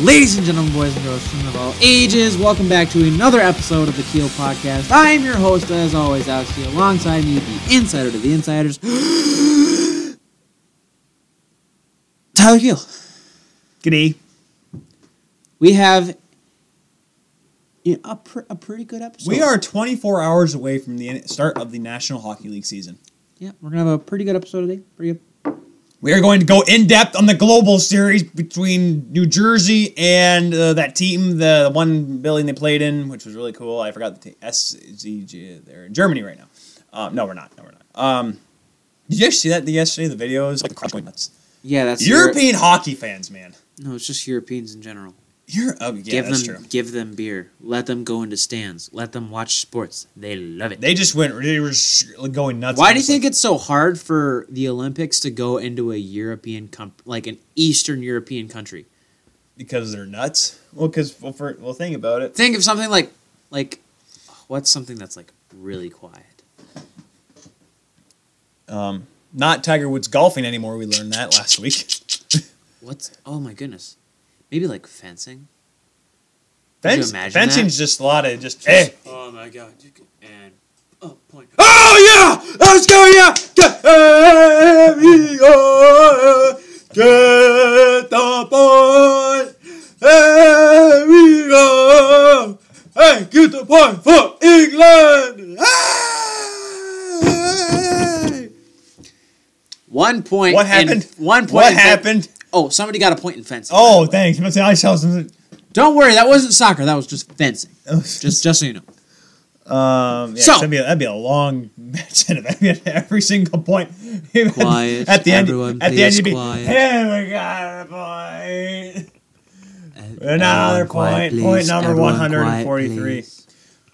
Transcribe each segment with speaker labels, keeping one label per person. Speaker 1: Ladies and gentlemen, boys and girls, children of all ages, welcome back to another episode of the Keel Podcast. I am your host, as always, Alex Keel. Alongside me, the insider to the insiders, Tyler Keel.
Speaker 2: G'day.
Speaker 1: We have you know, a, pr- a pretty good episode.
Speaker 2: We are 24 hours away from the start of the National Hockey League season.
Speaker 1: Yeah, we're going to have a pretty good episode today. Pretty good.
Speaker 2: We are going to go in depth on the global series between New Jersey and uh, that team, the, the one building they played in, which was really cool. I forgot the team. SZG. They're in Germany right now. Um, no, we're not. No, we're not. Um, did you guys see that the- yesterday? The videos? Like, the crowd's going nuts.
Speaker 1: Yeah, that's Europe-
Speaker 2: European hockey fans, man.
Speaker 1: no, it's just Europeans in general.
Speaker 2: You're, oh, yeah,
Speaker 1: give
Speaker 2: that's
Speaker 1: them
Speaker 2: true.
Speaker 1: give them beer. Let them go into stands. Let them watch sports. They love it.
Speaker 2: They just went, they were sh- going nuts.
Speaker 1: Why
Speaker 2: I'm
Speaker 1: do you
Speaker 2: just like,
Speaker 1: think it's so hard for the Olympics to go into a European com- like an Eastern European country?
Speaker 2: Because they're nuts. Well, because, well, for, well, think about it.
Speaker 1: Think of something like like what's something that's like really quiet?
Speaker 2: Um, not Tiger Woods golfing anymore. We learned that last week.
Speaker 1: What's oh my goodness. Maybe like fencing. Could you
Speaker 2: Fence,
Speaker 1: imagine
Speaker 2: fencing's just a lot of just. Hey,
Speaker 1: Oh my god. You can, and oh point.
Speaker 2: oh yeah, let's go yeah. Get, Amigo, get the point, Amigo. Hey, get the point for England. Hey!
Speaker 1: One point
Speaker 2: What
Speaker 1: in-
Speaker 2: happened?
Speaker 1: one point
Speaker 2: What
Speaker 1: in fe-
Speaker 2: happened?
Speaker 1: oh, somebody got a point in fencing.
Speaker 2: Oh, thanks. Must say I saw something.
Speaker 1: Don't worry, that wasn't soccer. That was just fencing. Just, just so you know.
Speaker 2: Um, yeah,
Speaker 1: So-
Speaker 2: 'cause that'd, be a, that'd be a long match. and I'd be at every single point. Even
Speaker 1: Quiet,
Speaker 2: At the end,
Speaker 1: everyone,
Speaker 2: at the end,
Speaker 1: please,
Speaker 2: you'd be,
Speaker 1: quiet.
Speaker 2: hey, we got a point.
Speaker 1: Uh,
Speaker 2: Another point. Point number 143.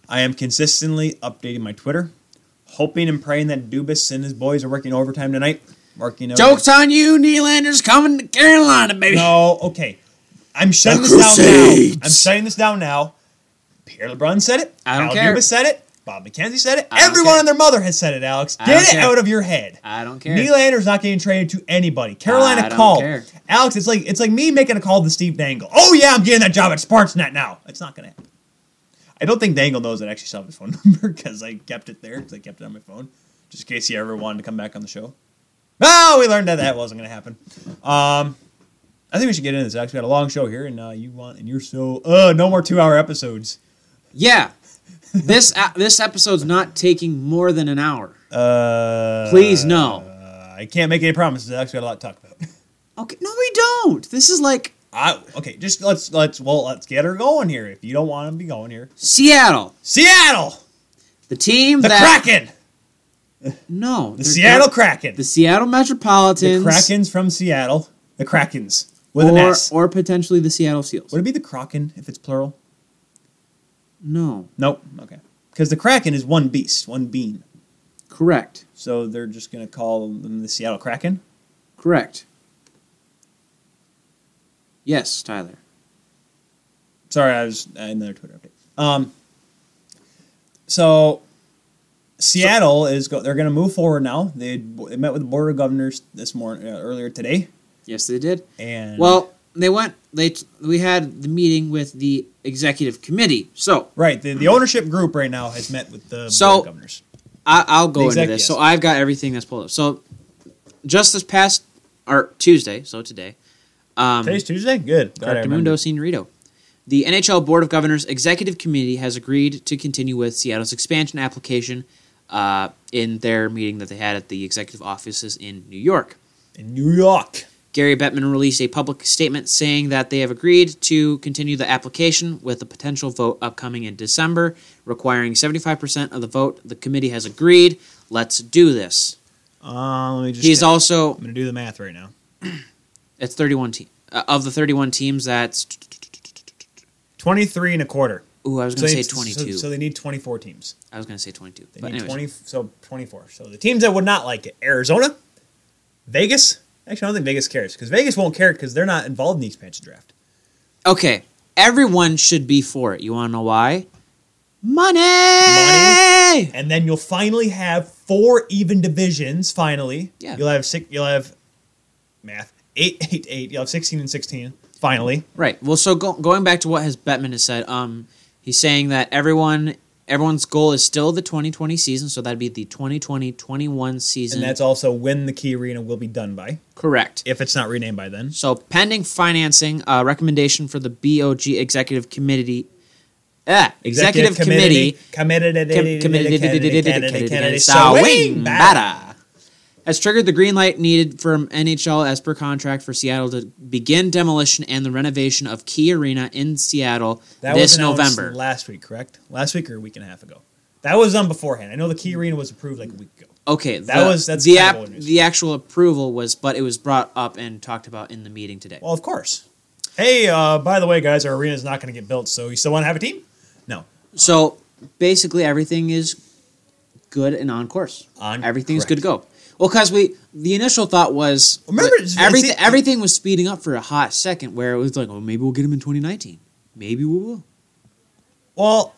Speaker 2: I am consistently updating my Twitter, hoping and praying that Dubas and his boys are working overtime tonight. Working over-
Speaker 1: Jokes on you, Nylander's coming to Carolina, baby.
Speaker 2: No, okay. I'm shutting
Speaker 1: The
Speaker 2: this down
Speaker 1: Crusades.
Speaker 2: now. I'm shutting this down now. Pierre LeBron said it.
Speaker 1: I don't
Speaker 2: Al
Speaker 1: care.
Speaker 2: Dubas said it. Bob McKenzie said it.
Speaker 1: I don't
Speaker 2: Everyone
Speaker 1: care.
Speaker 2: and their mother has said it, Alex.
Speaker 1: I
Speaker 2: Get
Speaker 1: don't
Speaker 2: it
Speaker 1: care.
Speaker 2: out of your head.
Speaker 1: I don't care.
Speaker 2: Nylander's not getting traded to anybody.
Speaker 1: I
Speaker 2: Carolina
Speaker 1: don't
Speaker 2: called.
Speaker 1: care.
Speaker 2: Alex, it's like it's like me making a call to Steve Dangle. Oh yeah, I'm getting that job at Sportsnet now. It's not gonna happen. I don't think Dangle knows that I actually still have his phone number because I kept it there because I kept it on my phone just in case he ever wanted to come back on the show. Oh, we learned that that wasn't gonna happen. Um, I think we should get into this. Alex, we had a long show here, and uh, you want and you're so uh no more two hour episodes.
Speaker 1: Yeah. This uh, this episode's not taking more than an hour.
Speaker 2: Uh,
Speaker 1: Please, no.
Speaker 2: Uh, I can't make any promises. Alex, we had a lot to talk about.
Speaker 1: Okay. No, we don't. This is like
Speaker 2: I okay, just let's let's well let's get her going here. If you don't want to be going here,
Speaker 1: Seattle,
Speaker 2: Seattle,
Speaker 1: the team
Speaker 2: the
Speaker 1: that
Speaker 2: Kraken,
Speaker 1: no,
Speaker 2: the Seattle Kraken,
Speaker 1: the
Speaker 2: the,
Speaker 1: Seattle Metropolitans,
Speaker 2: Kraken's from Seattle, the Krakens with an
Speaker 1: or
Speaker 2: S.
Speaker 1: or potentially the Seattle Seals.
Speaker 2: Would it be the Kraken if it's plural?
Speaker 1: No,
Speaker 2: Nope. Okay, because the Kraken is one beast, one bean.
Speaker 1: correct,
Speaker 2: So they're just gonna call them the Seattle Kraken.
Speaker 1: correct. Yes, Tyler.
Speaker 2: Sorry, I was uh, another Twitter update. Um, so Seattle is go- they're gonna move forward now. They, they met with the board of governors this morning uh, earlier today.
Speaker 1: Yes, they did.
Speaker 2: And
Speaker 1: Well, they went. They t- we had the meeting with the executive committee. So
Speaker 2: Right. The, the ownership group right now has met with the
Speaker 1: So-
Speaker 2: board of governors.
Speaker 1: I, I'll go
Speaker 2: The
Speaker 1: into
Speaker 2: exec-
Speaker 1: this.
Speaker 2: yes.
Speaker 1: So I've got everything that's pulled up. So just this past or Tuesday, so today, um,
Speaker 2: Today's Tuesday? Good. Glad I remembered.
Speaker 1: Mundo Senorito, the NHL Board of Governors Executive Committee has agreed to continue with Seattle's expansion application uh, in their meeting that they had at the executive offices in New York.
Speaker 2: In New York.
Speaker 1: Gary Bettman released a public statement saying that they have agreed to continue the application with a potential vote upcoming in December, requiring 75% of the vote. The committee has agreed. Let's do this.
Speaker 2: Uh, let me just
Speaker 1: He's
Speaker 2: I'm
Speaker 1: also,
Speaker 2: gonna do the math right now.
Speaker 1: it's 31 team uh, of the 31 teams, that's,
Speaker 2: Twenty three and a quarter.
Speaker 1: ooh, I was
Speaker 2: So
Speaker 1: going to
Speaker 2: they-
Speaker 1: say
Speaker 2: so-
Speaker 1: 22.
Speaker 2: So, they need twenty four teams.
Speaker 1: I was going to say 22.
Speaker 2: They
Speaker 1: But
Speaker 2: need
Speaker 1: anyways,
Speaker 2: twenty so twenty four. So the teams that would not like it. Arizona, Vegas. Actually I don't think Vegas cares because Vegas won't care because they're not involved in the expansion draft.
Speaker 1: Okay, everyone should be for it. You want to know why? Money!
Speaker 2: Money. And then you'll finally have four even divisions, finally.
Speaker 1: Yeah.
Speaker 2: You'll have six you'll have math. Eight, eight, eight. You'll have sixteen and sixteen. Finally,
Speaker 1: Right. Well, so go, going back to what has Bettman has said, um, he's saying that everyone everyone's goal is still the 2020 season, so that'd be the 2020-21 season.
Speaker 2: and that's also when the Key Arena will be done by,
Speaker 1: correct.
Speaker 2: if it's not renamed by then.
Speaker 1: So pending financing, uh, recommendation for the BOG executive committee. Ah, executive, committee
Speaker 2: committed
Speaker 1: com- committed
Speaker 2: candidate, candidate, candidate,
Speaker 1: Sawing
Speaker 2: Sawing Bada.
Speaker 1: Bada has triggered the green light needed from NHL as per contract for Seattle to begin demolition and the renovation of Key Arena in Seattle
Speaker 2: That was
Speaker 1: this
Speaker 2: announced
Speaker 1: November.
Speaker 2: last week, correct? Last week or a week and a half ago. That was done beforehand. I know the Key Arena was approved like a week ago.
Speaker 1: Okay,
Speaker 2: That
Speaker 1: the-
Speaker 2: was- that's
Speaker 1: the
Speaker 2: kind of old news.
Speaker 1: the actual approval was, but it was brought up and talked about in the meeting today.
Speaker 2: Well, of course. Hey, uh, by the way, guys, our arena is not going to get built, so you still want to have a team? No.
Speaker 1: so basically, everything is good and on course.
Speaker 2: On-
Speaker 1: everything's good
Speaker 2: correct.
Speaker 1: to go. Well, because we the initial thought was
Speaker 2: Remember,
Speaker 1: that
Speaker 2: it's-
Speaker 1: everything
Speaker 2: it's-
Speaker 1: everything was speeding up for a hot second, where it was like, oh, maybe we'll get him in 2019. Maybe we will.
Speaker 2: Well,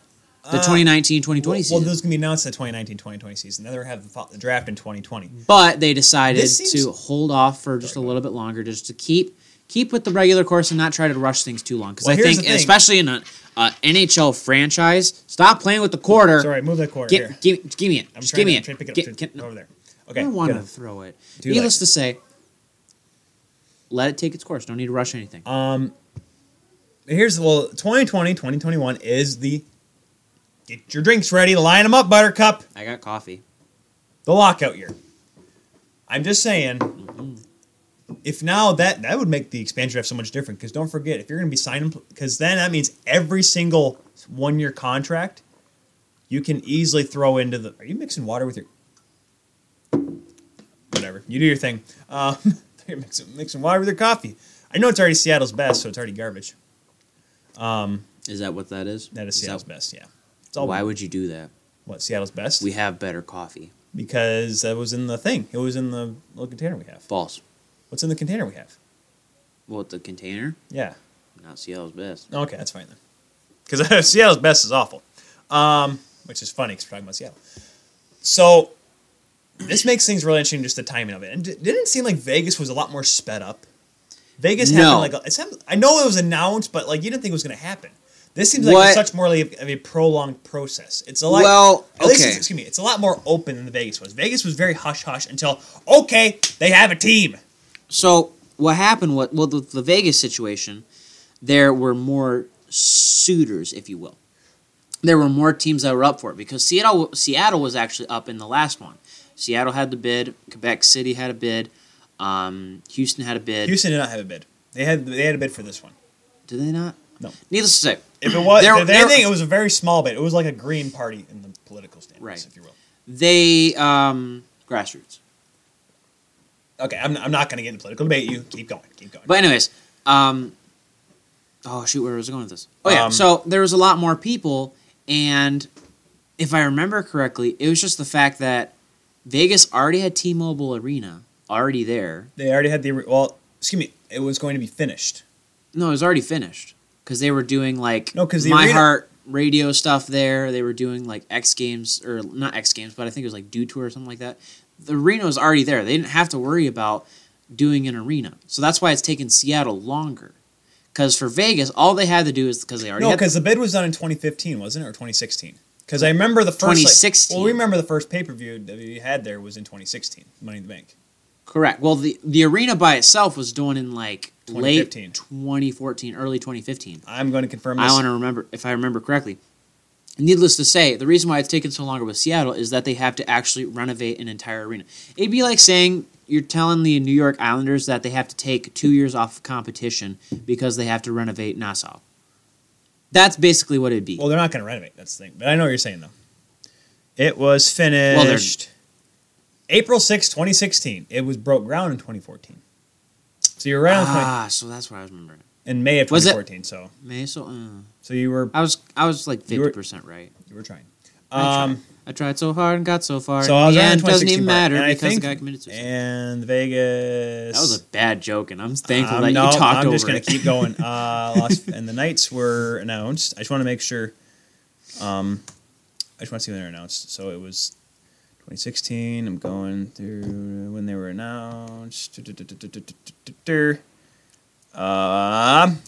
Speaker 1: The 2019 2020
Speaker 2: Uh, well,
Speaker 1: season.
Speaker 2: well, those can be announced the 2019 2020 season. Then they're going to have the, fo- the draft in 2020.
Speaker 1: but they decided
Speaker 2: This
Speaker 1: to
Speaker 2: seems-
Speaker 1: hold off for just a little bit longer, just to keep keep with the regular course and not try to rush things too long. Because
Speaker 2: Well,
Speaker 1: I
Speaker 2: here's
Speaker 1: think,
Speaker 2: the thing.
Speaker 1: especially in an uh, NHL franchise, stop playing with the quarter.
Speaker 2: Sorry, move that quarter
Speaker 1: Give,
Speaker 2: here.
Speaker 1: give, give me it.
Speaker 2: I'm
Speaker 1: just
Speaker 2: trying
Speaker 1: give me
Speaker 2: to,
Speaker 1: it.
Speaker 2: trying to pick it up.
Speaker 1: Get-
Speaker 2: trying to-
Speaker 1: get-
Speaker 2: over there. Okay.
Speaker 1: I want
Speaker 2: good.
Speaker 1: to throw it.
Speaker 2: Too
Speaker 1: Needless
Speaker 2: late.
Speaker 1: to say, let it take its course. Don't need to rush anything.
Speaker 2: Um, here's well, 2020, 2021 is the get your drinks ready, line them up, Buttercup.
Speaker 1: I got coffee.
Speaker 2: The lockout year. I'm just saying, if now that that would make the expansion draft so much different because don't forget if you're going to be signing because then that means every single one year contract you can easily throw into the. Are you mixing water with your? Whatever you do your thing. Um, you're mixing, mixing water with your coffee. I know it's already Seattle's best, so it's already garbage.
Speaker 1: Is that what that is?
Speaker 2: That is
Speaker 1: Is
Speaker 2: Seattle's
Speaker 1: that-
Speaker 2: best. Yeah, it's all
Speaker 1: Why would you do that?
Speaker 2: what Seattle's best
Speaker 1: We have better coffee.
Speaker 2: because that was in the thing. It was in the little container we have.
Speaker 1: False.
Speaker 2: What's in the container we have?
Speaker 1: Well, the container,
Speaker 2: Yeah.
Speaker 1: not Seattle's best.
Speaker 2: Okay, that's fine then. Because Seattle's best is awful, um, which is funny because we're talking about Seattle. So this makes things really interesting, just the timing of it. And d- didn't it seem like Vegas was a lot more sped up? Vegas
Speaker 1: No.
Speaker 2: happened like it's happened, I know it was announced, but like you didn't think it was going to happen. This seems like
Speaker 1: What-
Speaker 2: it's such more like of a prolonged process. It's a lot.
Speaker 1: Well,
Speaker 2: at least
Speaker 1: okay.
Speaker 2: it's- excuse me. It's a lot more open than the Vegas was. Vegas was very hush hush until okay, they have a team.
Speaker 1: So what happened? What well, the, the Vegas situation, there were more suitors, if you will. There were more teams that were up for it because Seattle Seattle was actually up in the last one. Seattle had the bid. Quebec City had a bid. Um, Houston had a bid.
Speaker 2: Houston did not have a bid. They had they had a bid for this one.
Speaker 1: Did they not?
Speaker 2: No.
Speaker 1: Needless to say,
Speaker 2: If it was,
Speaker 1: There-
Speaker 2: if
Speaker 1: there-
Speaker 2: anything, it was a very small bit. It was like a Green Party in the political standards,
Speaker 1: Right.
Speaker 2: if you will.
Speaker 1: they um, grassroots.
Speaker 2: Okay, I'm, I'm not going to get into political debate. You keep going, keep going.
Speaker 1: But anyways, um, oh shoot, where was I going with this? Oh yeah,
Speaker 2: Um,
Speaker 1: so there was a lot more people, and if I remember correctly, it was just the fact that Vegas already had T-Mobile Arena already there.
Speaker 2: they already had the well. Excuse me. It was going to be finished.
Speaker 1: No, it was already finished because they were doing like
Speaker 2: No, 'cause the
Speaker 1: my
Speaker 2: arena-
Speaker 1: heart radio stuff there. They were doing like X Games or not X Games, but I think it was like Do Tour or something like that. The arena was already there. They didn't have to worry about doing an arena, so that's why it's taken Seattle longer. Because for Vegas, all they had to do is because they already
Speaker 2: No,
Speaker 1: had
Speaker 2: because the bid was done in 2015, wasn't it, or 2016? Because I remember the first like-
Speaker 1: 2016.
Speaker 2: well, we remember the first pay per view that we had there was in 2016, Money in the Bank.
Speaker 1: correct. Well, the the arena by itself was doing in like late
Speaker 2: 2015.
Speaker 1: 2014, early 2015.
Speaker 2: I'm going to confirm. This.
Speaker 1: I want to remember if I remember correctly. Needless to say, the reason why it's taken so long with Seattle is that they have to actually renovate an entire arena. It'd be like saying you're telling the New York Islanders that they have to take two years off of competition because they have to renovate Nassau. That's basically what it'd be.
Speaker 2: Well, they're not going to renovate. That's the thing. But I know what you're saying though. It was finished April 6, 2016. It was broke ground in 2014. So you're right on 20,
Speaker 1: ah, so that's what I was remembering.
Speaker 2: in May of
Speaker 1: Was it-
Speaker 2: 2014. So
Speaker 1: May so uh,
Speaker 2: so you were
Speaker 1: I was I was like
Speaker 2: You were-
Speaker 1: fifty percent right.
Speaker 2: you were trying.
Speaker 1: I
Speaker 2: Um,
Speaker 1: I tried so hard and got so far.
Speaker 2: so I was
Speaker 1: the
Speaker 2: right on
Speaker 1: end
Speaker 2: the 2016
Speaker 1: doesn't even
Speaker 2: part,
Speaker 1: matter
Speaker 2: and I
Speaker 1: because the
Speaker 2: think-
Speaker 1: guy committed suicide.
Speaker 2: And Vegas.
Speaker 1: that was a bad joke, and I'm thankful
Speaker 2: Um,
Speaker 1: that
Speaker 2: no,
Speaker 1: you talked
Speaker 2: I'm
Speaker 1: over
Speaker 2: just gonna
Speaker 1: it.
Speaker 2: keep going. Uh, Las- and the Knights were announced. I just want to make sure. Um, I just want to see when they were announced. So it was 2016. I'm going through when they were announced. Du-du-du-du-du-du-du-du-du. Um,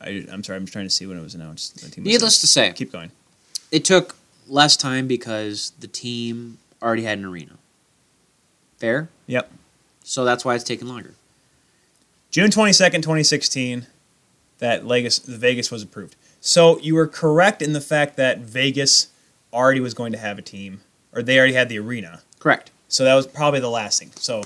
Speaker 2: I, I'm sorry, I'm just trying to see when it was announced. The team was
Speaker 1: Needless to say,
Speaker 2: announced. keep going.
Speaker 1: it took less time because the team already had an arena. Fair?
Speaker 2: Yep.
Speaker 1: So that's why it's taking longer.
Speaker 2: June 22nd, 2016, that Vegas, Vegas was approved. So you were correct in the fact that Vegas already was going to have a team, or they already had the arena.
Speaker 1: Correct.
Speaker 2: So that was probably the last thing. So,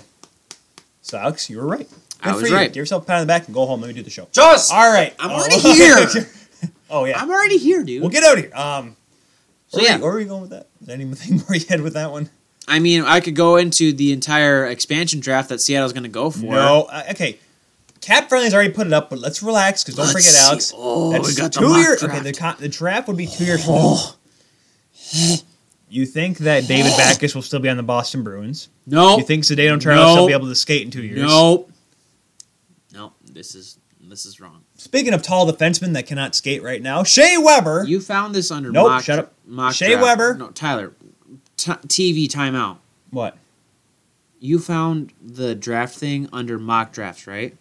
Speaker 2: so Alex, you were right.
Speaker 1: I was
Speaker 2: for you.
Speaker 1: right.
Speaker 2: Give yourself a pat on the back and go home. Let me do the show.
Speaker 1: Just
Speaker 2: All right.
Speaker 1: I'm
Speaker 2: Oh.
Speaker 1: already here.
Speaker 2: oh, yeah.
Speaker 1: I'm already here, dude.
Speaker 2: Well, get out of here. Um,
Speaker 1: So,
Speaker 2: where were
Speaker 1: yeah.
Speaker 2: you- where were you going with that? Is there anything more you had with that one?
Speaker 1: I mean, I could go into the entire expansion draft that Seattle's going to go for.
Speaker 2: No. Uh, okay. Cap friendly's already put it up, but let's relax because don't
Speaker 1: Let's
Speaker 2: forget,
Speaker 1: see.
Speaker 2: Alex.
Speaker 1: Oh, we got the
Speaker 2: two
Speaker 1: mock
Speaker 2: year.
Speaker 1: draft. Oh.
Speaker 2: Okay, the, con- the draft would be two years from now. You think that David Backus will still be on the Boston Bruins?
Speaker 1: No.
Speaker 2: You think Zdeno Charles will
Speaker 1: Oh. No.
Speaker 2: still be able to skate in two years?
Speaker 1: Nope. Nope. This is this is wrong.
Speaker 2: Speaking of tall defensemen that cannot skate right now, Shea Weber.
Speaker 1: You found this under
Speaker 2: Nope,
Speaker 1: mock.
Speaker 2: shut up.
Speaker 1: Mock
Speaker 2: Shea
Speaker 1: draft.
Speaker 2: Weber.
Speaker 1: No, Tyler. T- TV timeout.
Speaker 2: what?
Speaker 1: You found the draft thing under mock drafts, right?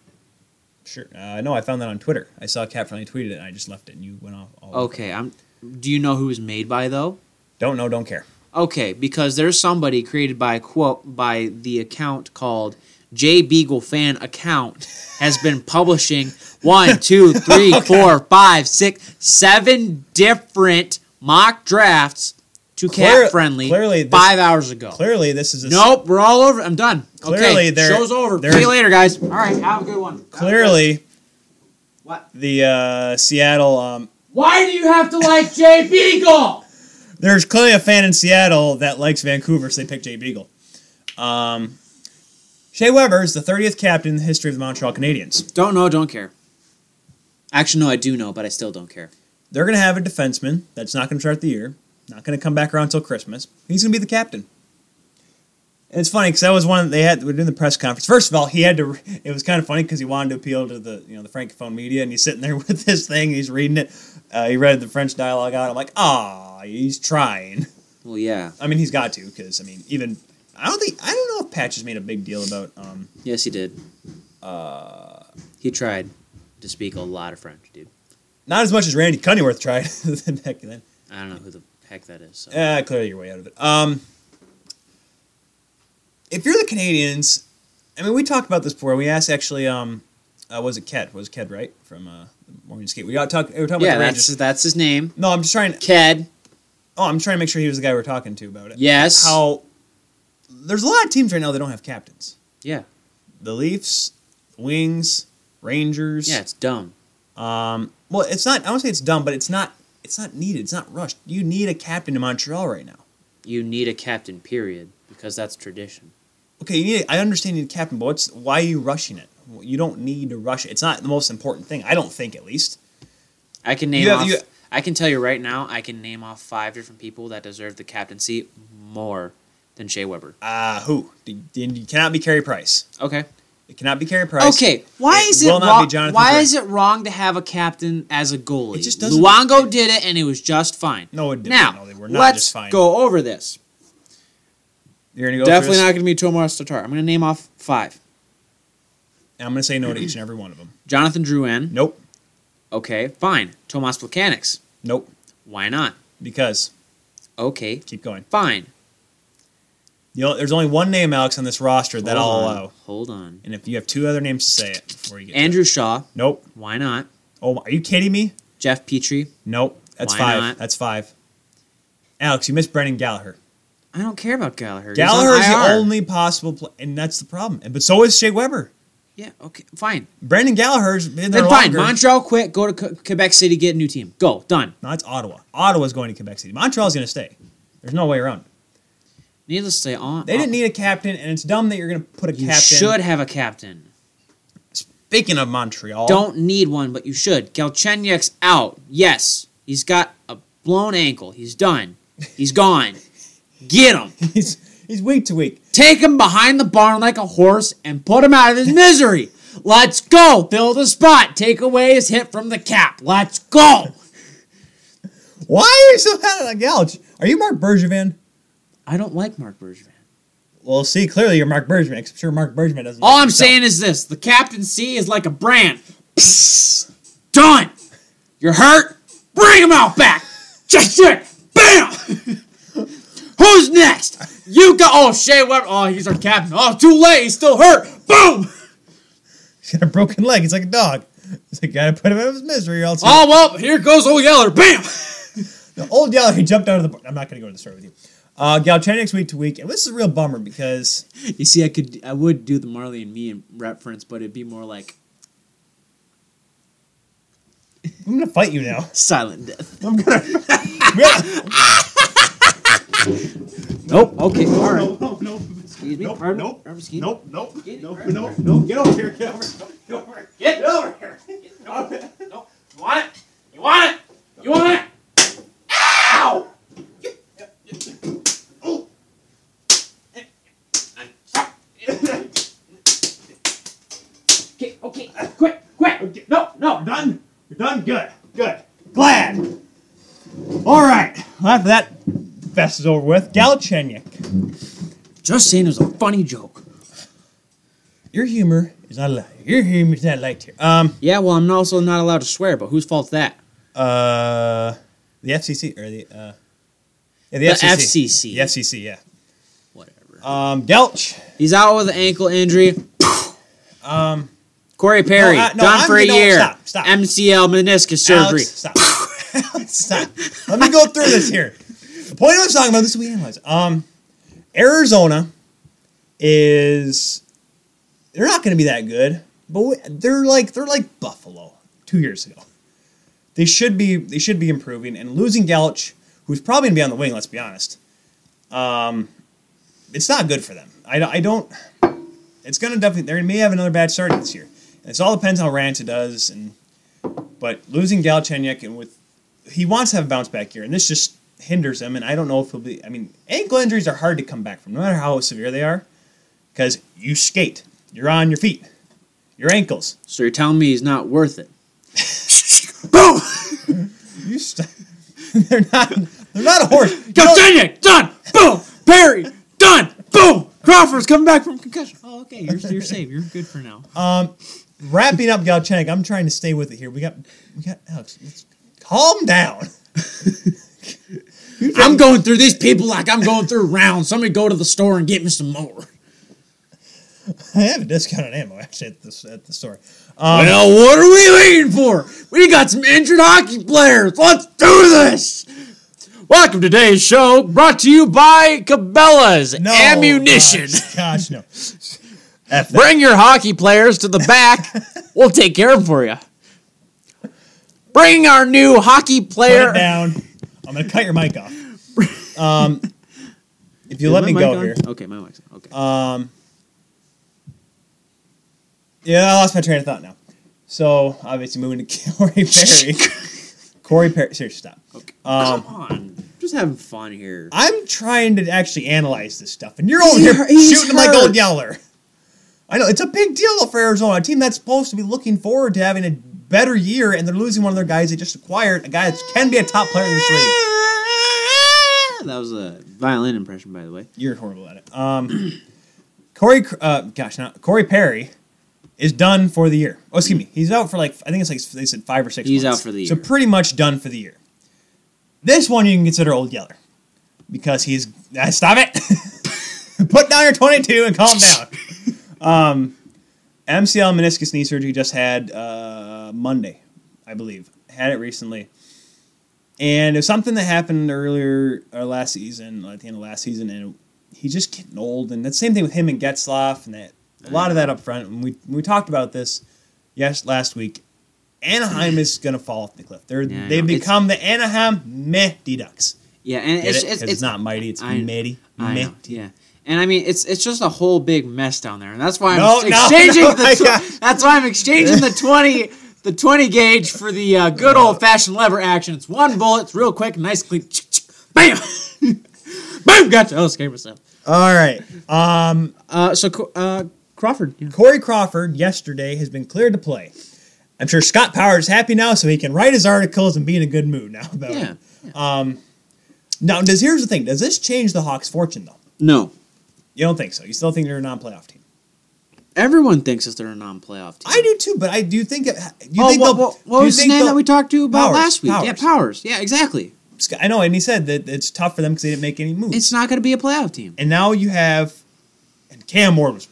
Speaker 2: Sure. Uh, no, I found that on Twitter. I saw Cap friendly tweeted it, and I just left it, and you went off. All over.
Speaker 1: Okay. I'm. Do you know who was made by though?
Speaker 2: Don't know. Don't care.
Speaker 1: Okay, because there's somebody created by quote by the account called J Beagle Fan Account has been publishing one, two, three, four, five, six, seven different mock drafts to
Speaker 2: Clear-
Speaker 1: cat friendly
Speaker 2: clearly this-
Speaker 1: five hours ago.
Speaker 2: Clearly, this is a
Speaker 1: Nope, we're all over. I'm done.
Speaker 2: Clearly
Speaker 1: okay,
Speaker 2: there-
Speaker 1: show's over.
Speaker 2: there-
Speaker 1: See you later, guys. All right, have a good one. Have a good-
Speaker 2: clearly
Speaker 1: what?
Speaker 2: the uh, Seattle. Um,
Speaker 1: Why do you have to like J Beagle?
Speaker 2: there's clearly a fan in Seattle that likes Vancouver, so they picked Jay Beagle. Um, Shea Weber is the 30th captain in the history of the Montreal Canadiens.
Speaker 1: Don't know. Don't care. Actually, no, I do know, but I still don't care.
Speaker 2: They're going to have a defenseman that's not going to start the year, not going to come back around until Christmas. He's going to be the captain. And it's funny because that was one they had. We were doing the press conference. First of all, he had to. It was kind of funny because he wanted to appeal to the you know the francophone media, and he's sitting there with this thing. And he's reading it. Uh, he read the French dialogue out. I'm like, ah, he's trying.
Speaker 1: Well, yeah.
Speaker 2: I mean, he's got to because I mean, even I don't think I don't know if Patch has made a big deal about. Um,
Speaker 1: Yes, he did.
Speaker 2: Uh.
Speaker 1: he tried to speak a lot of French, dude.
Speaker 2: not as much as Randy Cunningworth tried back then.
Speaker 1: I don't know who the heck that is. So.
Speaker 2: Uh, clearly, you're way out of it. Um, if you're the Canadians, I mean, we talked about this before. We asked actually, um, uh, was it Ked? Was Ked right from uh, Morning Skate? We got talk. We were talking
Speaker 1: yeah,
Speaker 2: about the
Speaker 1: that's
Speaker 2: Rangers.
Speaker 1: that's his name,
Speaker 2: No, I'm just trying.
Speaker 1: Ked.
Speaker 2: Oh, I'm trying to make sure he was the guy we're talking to about it.
Speaker 1: Yes.
Speaker 2: How there's a lot of teams right now that don't have captains.
Speaker 1: Yeah,
Speaker 2: The Leafs, Wings, Rangers.
Speaker 1: yeah, it's dumb.
Speaker 2: Um, well, it's not. I don't say it's dumb, but it's not. It's not needed. It's not rushed. You need a captain in Montreal right now.
Speaker 1: You need a captain, period, because that's tradition.
Speaker 2: Okay, you need. I understand you need a captain, but what's, why are you rushing it? You don't need to rush it. It's not the most important thing. I don't think, at least.
Speaker 1: I can name
Speaker 2: You have-
Speaker 1: off.
Speaker 2: you-
Speaker 1: I can tell you right now. I can name off five different people that deserve the captaincy more than Shea Weber.
Speaker 2: Uh, who? It it cannot be Carey Price.
Speaker 1: Okay.
Speaker 2: It cannot be Carey Price.
Speaker 1: Okay, why
Speaker 2: It
Speaker 1: is it
Speaker 2: will not be
Speaker 1: wrong?
Speaker 2: Jonathan
Speaker 1: Why
Speaker 2: Gray.
Speaker 1: is it wrong to have a captain as a goalie?
Speaker 2: It just doesn't-
Speaker 1: Luongo did it, and it was just fine.
Speaker 2: No, it didn't.
Speaker 1: Now
Speaker 2: No, they were not
Speaker 1: let's
Speaker 2: just fine.
Speaker 1: go over this.
Speaker 2: You're gonna go
Speaker 1: Definitely
Speaker 2: for
Speaker 1: not
Speaker 2: this?
Speaker 1: going to be Tomas Tatar. I'm going to name off five:
Speaker 2: And I'm gonna say no to each and every one of them.
Speaker 1: Jonathan Drouin.
Speaker 2: Nope.
Speaker 1: Okay, fine. Tomas Placanix.
Speaker 2: Nope.
Speaker 1: Why not?
Speaker 2: Because
Speaker 1: Okay,
Speaker 2: keep going.
Speaker 1: fine.
Speaker 2: You know, there's only one name, Alex, on this roster that
Speaker 1: Hold
Speaker 2: I'll
Speaker 1: on,
Speaker 2: allow.
Speaker 1: Hold on.
Speaker 2: And if you have two other names to say it before you get
Speaker 1: Andrew Shaw.
Speaker 2: Nope.
Speaker 1: Why not?
Speaker 2: Oh, my- are you kidding me?
Speaker 1: Jeff Petrie.
Speaker 2: Nope. That's
Speaker 1: Why
Speaker 2: five.
Speaker 1: not?
Speaker 2: That's five. Alex, you missed Brendan Gallagher.
Speaker 1: I don't care about Gallagher. He's on
Speaker 2: Gallagher is the
Speaker 1: IR.
Speaker 2: only possible, pla and that's the problem. And- But so is Shea Weber.
Speaker 1: Yeah. Okay. Fine.
Speaker 2: Brendan Gallagher's been there
Speaker 1: Then fine.
Speaker 2: longer.
Speaker 1: Montreal quit. Go to Q- Quebec City. Get a new team. Go. Done.
Speaker 2: no, it's Ottawa. Ottawa's going to Quebec City. Montreal's going to stay. There's no way around.
Speaker 1: Needless to say, on
Speaker 2: They didn't need a captain, and it's dumb that you're going to put a
Speaker 1: Oh. You
Speaker 2: captain.
Speaker 1: should have a captain.
Speaker 2: Speaking of Montreal,
Speaker 1: Don't need one, but you should. Galchenyuk's out. Yes, he's got a blown ankle. He's done. He's gone. Get him.
Speaker 2: He's he's week to week.
Speaker 1: Take him behind the barn like a horse and put him out of his misery. Let's go. Fill the spot. Take away his hit from the cap. Let's go.
Speaker 2: Why are you so mad at Gallagher? Are you Mark Bergevin?
Speaker 1: I don't like Mark Bergevin.
Speaker 2: Well, see, clearly you're Mark Bergman. 'cause I'm sure Mark Bergman doesn't.
Speaker 1: All
Speaker 2: like
Speaker 1: Oh, I'm
Speaker 2: himself.
Speaker 1: saying is this the captaincy is like a brand. Psst, done. You're hurt? Bring him out back. Just it. Bam! Who's next? You go. Oh, Shea Weber. Oh, he's our captain. Oh, too late. He's still hurt. Boom!
Speaker 2: He's got a broken leg. He's like a dog. He's like, gotta put him out of his misery, or else.
Speaker 1: Oh, well, here goes Old Yeller. Bam!
Speaker 2: The old Yeller, he jumped out of the. bar- I'm not gonna go to the story with you. Uh, Galchenyuk's week to week, and this is a real bummer because
Speaker 1: You see, I could, I would do the Marley and me reference, but it'd be more like
Speaker 2: I'm gonna fight you now.
Speaker 1: silent death.
Speaker 2: I'm gonna. Yeah.
Speaker 1: Nope. Okay. All right.
Speaker 3: Nope, nope, nope.
Speaker 1: Excuse me.
Speaker 3: Nope,
Speaker 1: Pardon?
Speaker 3: nope,
Speaker 1: Pardon, excuse me.
Speaker 3: nope, nope,
Speaker 1: Get it,
Speaker 3: nope,
Speaker 1: Brad.
Speaker 3: nope, nope. Get over here, get over here, get over here.
Speaker 1: Get over here. Nope. You want it? You want it? You want it? Ow! Okay, okay, quick, quick! No, no!
Speaker 3: Done? You're done? Good, good. Glad. All right.
Speaker 2: Well, after that fest is over with, Galchenyuk,
Speaker 1: Just saying it was a funny joke.
Speaker 2: your humor is not allowed. Your humor is not liked here. Um,
Speaker 1: Yeah, well, I'm also not allowed to swear, but whose fault's that?
Speaker 2: uh, the FCC or the uh, yeah, the,
Speaker 1: The
Speaker 2: FCC.
Speaker 1: FCC.
Speaker 2: The FCC, yeah.
Speaker 1: Whatever.
Speaker 2: Um, Gelch.
Speaker 1: He's out with an ankle injury.
Speaker 2: Um,
Speaker 1: Corey Perry,
Speaker 2: No, uh, no,
Speaker 1: done
Speaker 2: I'm-
Speaker 1: for a
Speaker 2: no,
Speaker 1: year.
Speaker 2: stop, stop.
Speaker 1: MCL meniscus surgery.
Speaker 2: Alex, stop. Alex, stop. Let me go through this here. The point I was talking about this we analyze. Um, Arizona is they're not going to be that good, but we, they're like they're like Buffalo two years ago. They should be they should be improving and losing Galch, who's probably going to be on the wing. Let's be honest. Um, it's not good for them. I, don't- I don't. It's going to definitely they may have another bad start this year. And it all depends how Ranta does and but losing Galchenyuk and with he wants to have a bounce back year, and this just hinders him. And I don't know if he'll be. I mean, ankle injuries are hard to come back from, no matter how severe they are, because you skate, you're on your feet, your ankles.
Speaker 1: So you're telling me he's not worth it?
Speaker 2: Boom! you st- they're not. They're not a horse. You know-
Speaker 1: Galchenyuk done. Boom. Perry done. Boom. Crawford's coming back from concussion. Oh, okay. You're, you're safe. You're good for now.
Speaker 2: wrapping up Galchenyuk, I'm trying to stay with it here. We got, we got Alex. Let's calm down.
Speaker 1: I'm going through these people like I'm going through rounds. Somebody go to the store and get me some more.
Speaker 2: I have a discount on ammo actually at the at the store. Um,
Speaker 1: well, what are we waiting for? We got some injured hockey players. Let's do this. Welcome to today's show, brought to you by Cabela's
Speaker 2: No
Speaker 1: Ammunition.
Speaker 2: Gosh, gosh no. F that.
Speaker 1: Bring your hockey players to the back. we'll take care of 'em for you. Bring our new hockey
Speaker 2: Put it
Speaker 1: player.
Speaker 2: down. I'm gonna cut your mic off. Um, if you let me
Speaker 1: My mic
Speaker 2: go
Speaker 1: on?
Speaker 2: here,
Speaker 1: Okay, my mic's on. Okay.
Speaker 2: um, yeah, I lost my train of thought now. So obviously moving to Corey Perry. Corey Perry, seriously, stop.
Speaker 1: Okay.
Speaker 2: um,
Speaker 1: Come on. Just having fun here.
Speaker 2: I'm trying to actually analyze this stuff, and you're over here
Speaker 1: he's
Speaker 2: shooting like
Speaker 1: hurt.
Speaker 2: old Yeller. I know it's a big deal for Arizona, a team that's supposed to be looking forward to having a better year, and they're losing one of their guys they just acquired, a guy that can be a top player in this league.
Speaker 1: That was a violin impression, by the way.
Speaker 2: You're horrible at it. Um, Corey, uh, gosh, not Corey Perry is done for the year. Oh, excuse me, he's out for like I think it's like they said five or six.
Speaker 1: He's
Speaker 2: months.
Speaker 1: out for the
Speaker 2: So
Speaker 1: year.
Speaker 2: pretty much done for the year. This one you can consider Old Yeller because he's ah, stop it. Put down your 22 and calm down. Um, MCL meniscus knee surgery just had uh, Monday, I believe. Had it recently. And it was something that happened earlier or last season, at the end of last season, and he's just getting old. And that same thing with him and Getzloff, and that a lot of that up front. And we we talked about this yes last week. Anaheim is going to fall off the cliff. They're
Speaker 1: Yeah, I
Speaker 2: they
Speaker 1: know. It's-
Speaker 2: become the Anaheim meh Ducks.
Speaker 1: Yeah, and
Speaker 2: Get
Speaker 1: it's,
Speaker 2: it? 'Cause
Speaker 1: it's,
Speaker 2: It's,
Speaker 1: it's
Speaker 2: not mighty. It's
Speaker 1: I-
Speaker 2: mighty.
Speaker 1: I
Speaker 2: meh.
Speaker 1: know, yeah. And I mean, it's it's just a whole big mess down there, and that's why I'm
Speaker 2: No,
Speaker 1: ex-
Speaker 2: no, Oh
Speaker 1: exchanging
Speaker 2: no, I
Speaker 1: the.
Speaker 2: got-
Speaker 1: Tw- that's why I'm exchanging the twenty, the twenty gauge for the uh, good old fashioned lever action. It's one bullet, it's real quick, nice, clean, bam, bam, gotcha. I was scared myself.
Speaker 2: All right.
Speaker 1: Uh, so Co- uh, Crawford, yeah.
Speaker 2: Corey Crawford yesterday has been cleared to play. I'm sure Scott Power is happy now, so he can write his articles and be in a good mood now. About
Speaker 1: yeah,
Speaker 2: it. Now, does here's the thing: Does this change the Hawks' fortune though?
Speaker 1: no,
Speaker 2: You don't think so? You still think they're a non-playoff team?
Speaker 1: Everyone thinks that they're a non-playoff team.
Speaker 2: I do too, but I do think. Do you
Speaker 1: oh,
Speaker 2: think
Speaker 1: what,
Speaker 2: they'll-
Speaker 1: what-
Speaker 2: do
Speaker 1: what
Speaker 2: you
Speaker 1: was the
Speaker 2: think
Speaker 1: name
Speaker 2: they'll-
Speaker 1: that we talked to about
Speaker 2: Powers,
Speaker 1: last week? Yeah,
Speaker 2: Powers.
Speaker 1: Powers. Yeah, exactly.
Speaker 2: I know, and he said that it's tough for them because they didn't make any moves.
Speaker 1: It's not going to be a playoff team.
Speaker 2: and now you have, and Cam Ward was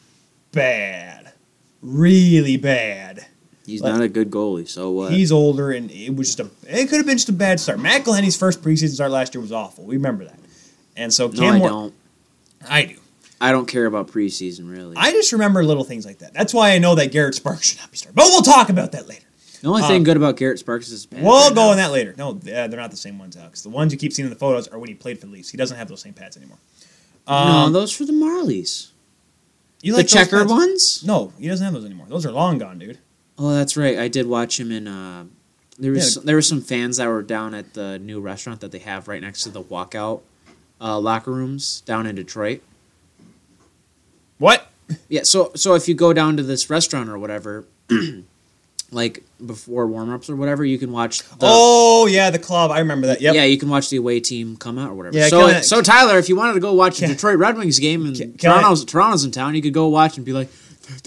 Speaker 2: bad, really bad.
Speaker 1: He's
Speaker 2: Like-
Speaker 1: not a good goalie, so what?
Speaker 2: He's older, and it was just a. It could have been just a bad start. Matt Glenny's first preseason start last year was awful. We remember that. And so
Speaker 1: no,
Speaker 2: Cam
Speaker 1: I
Speaker 2: Ward,
Speaker 1: don't.
Speaker 2: I do.
Speaker 1: I don't care about preseason really.
Speaker 2: I just remember little things like that. That's why I know that Garrett Sparks should not be starting. But we'll talk about that later.
Speaker 1: the only thing good about Garrett Sparks is bad.
Speaker 2: Uh, We'll go on that later. No, uh, they're not the same ones, Alex. The ones you keep seeing in the photos are when he played for the Leafs. He doesn't have those same pads anymore. Um,
Speaker 1: No, those for the Marlies.
Speaker 2: You
Speaker 1: The
Speaker 2: like those
Speaker 1: checkered
Speaker 2: pads?
Speaker 1: ones?
Speaker 2: No, he doesn't have those anymore. Those are long gone, dude.
Speaker 1: Oh, that's right. I did watch him in. Uh, there was
Speaker 2: Yeah.
Speaker 1: there were some fans that were down at the new restaurant that they have right next to the walkout uh, locker rooms down in Detroit.
Speaker 2: What?
Speaker 1: Yeah, so so if you go down to this restaurant or whatever, like before warm ups or whatever, you can watch. The,
Speaker 2: oh yeah, the club. I remember that. Yep.
Speaker 1: yeah, you can watch the away team come out or whatever.
Speaker 2: Yeah,
Speaker 1: so
Speaker 2: kinda-
Speaker 1: so Tyler, if you wanted to go watch the
Speaker 2: Can-
Speaker 1: Detroit Red Wings game and
Speaker 2: Can- can I-
Speaker 1: Toronto's Toronto's in town, you could go watch and be like.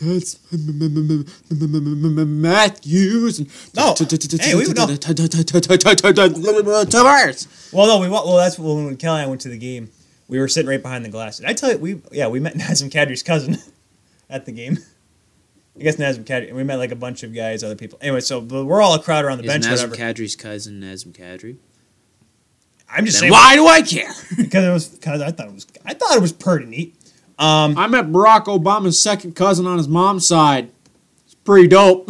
Speaker 1: That's Matthews and
Speaker 2: No. Hey, we would know.
Speaker 1: Tavares.
Speaker 2: Well, no, we wa- well that's when when Kelly and I went to the game. We were sitting right behind the glass. Did I tell you we yeah we met Nazem Kadri's cousin at the game. I guess Nazem Kadri and we met like a bunch of guys, other people. Anyway, so but we're all a crowd around the
Speaker 1: Is
Speaker 2: bench. or
Speaker 1: Nazem
Speaker 2: Whatever.
Speaker 1: Kadri's cousin Nazem Kadri?
Speaker 2: I'm just
Speaker 1: Then
Speaker 2: saying
Speaker 1: why do I care?
Speaker 2: because it was because I thought it was I thought it was pretty neat. Um,
Speaker 1: I met Barack Obama's second cousin on his mom's side. It's pretty dope.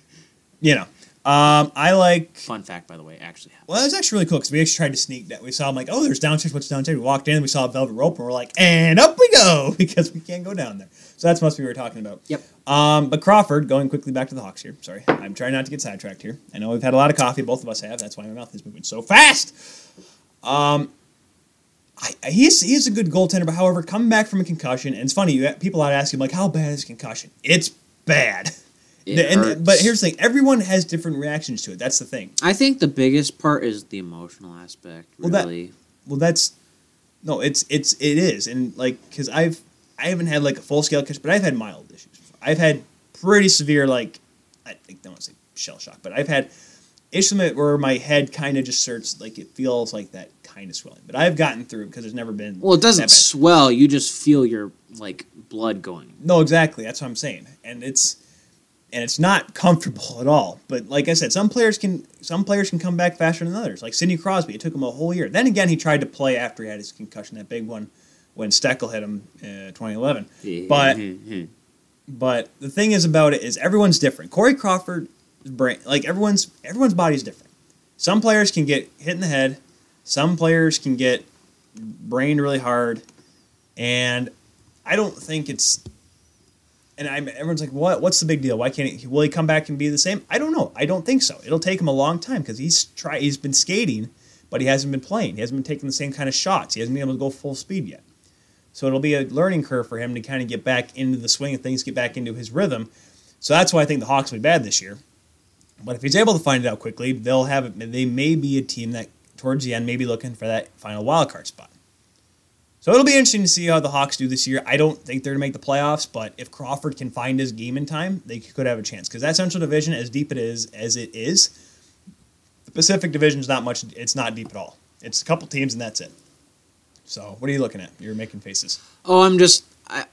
Speaker 2: You know, um, I like
Speaker 1: Fun fact, by the way, actually happened.
Speaker 2: Well, that was actually really cool because we actually tried to sneak that. We saw him like, oh, there's downstairs, what's downstairs? We walked in, we saw a velvet rope, and we're like, and up we go because we can't go down there. So that's must be what we were talking about.
Speaker 1: Yep.
Speaker 2: Um, but Crawford, going quickly back to the Hawks here. Sorry, I'm trying not to get sidetracked here. I know we've had a lot of coffee, both of us have. That's why my mouth is moving so fast. Um, I, I- he's he's a good goaltender, but however, coming back from a concussion, and it's funny, you people out ask him like, how bad is concussion? It's bad.
Speaker 1: It
Speaker 2: The- and-
Speaker 1: hurts.
Speaker 2: But here's the thing: everyone has different reactions to it. That's the thing.
Speaker 1: I think the biggest part is the emotional aspect,
Speaker 2: Well, that-
Speaker 1: really.
Speaker 2: well that's no it's it's it is and like because i've i haven't had like a full scale concussion but i've had mild issues i've had pretty severe like i I don't want to say shell shock but i've had issues with- where my head kind of just starts like it feels like that kind of swelling but i've gotten through it because there's never been
Speaker 1: well, it
Speaker 2: that
Speaker 1: doesn't
Speaker 2: bad.
Speaker 1: swell. You just feel your like blood going.
Speaker 2: No, exactly. That's what I'm saying. And it's and it's not comfortable at all. But like I said, some players can some players can come back faster than others. Like Sidney Crosby, it took him a whole year. Then again, he tried to play after he had his concussion, that big one when Steckel hit him, uh, 2011. But but the thing is about it is everyone's different. Corey Crawford, brain, like everyone's everyone's body's different. Some players can get hit in the head. Some players can get brained really hard, and I don't think it's. And I'm, everyone's like, "What? What's the big deal? Why can't he? Will he come back and be the same?" I don't know. I don't think so. It'll take him a long time because he's try. He's been skating, but he hasn't been playing. He hasn't been taking the same kind of shots. He hasn't been able to go full speed yet. So it'll be a learning curve for him to kind of get back into the swing of things, get back into his rhythm. So that's why I think the Hawks will be bad this year. But if he's able to find it out quickly, they'll have it. They may be a team that towards the end may be looking for that final wild card spot. So it'll be interesting to see how the Hawks do this year. I don't think they're going to make the playoffs, but if Crawford can find his game in time, they could have a chance because that Central Division, as deep it is as it is, the Pacific Division's not much. It's not deep at all. It's a couple teams and that's it. So what are you looking at? You're making faces.
Speaker 1: Oh, I'm just I,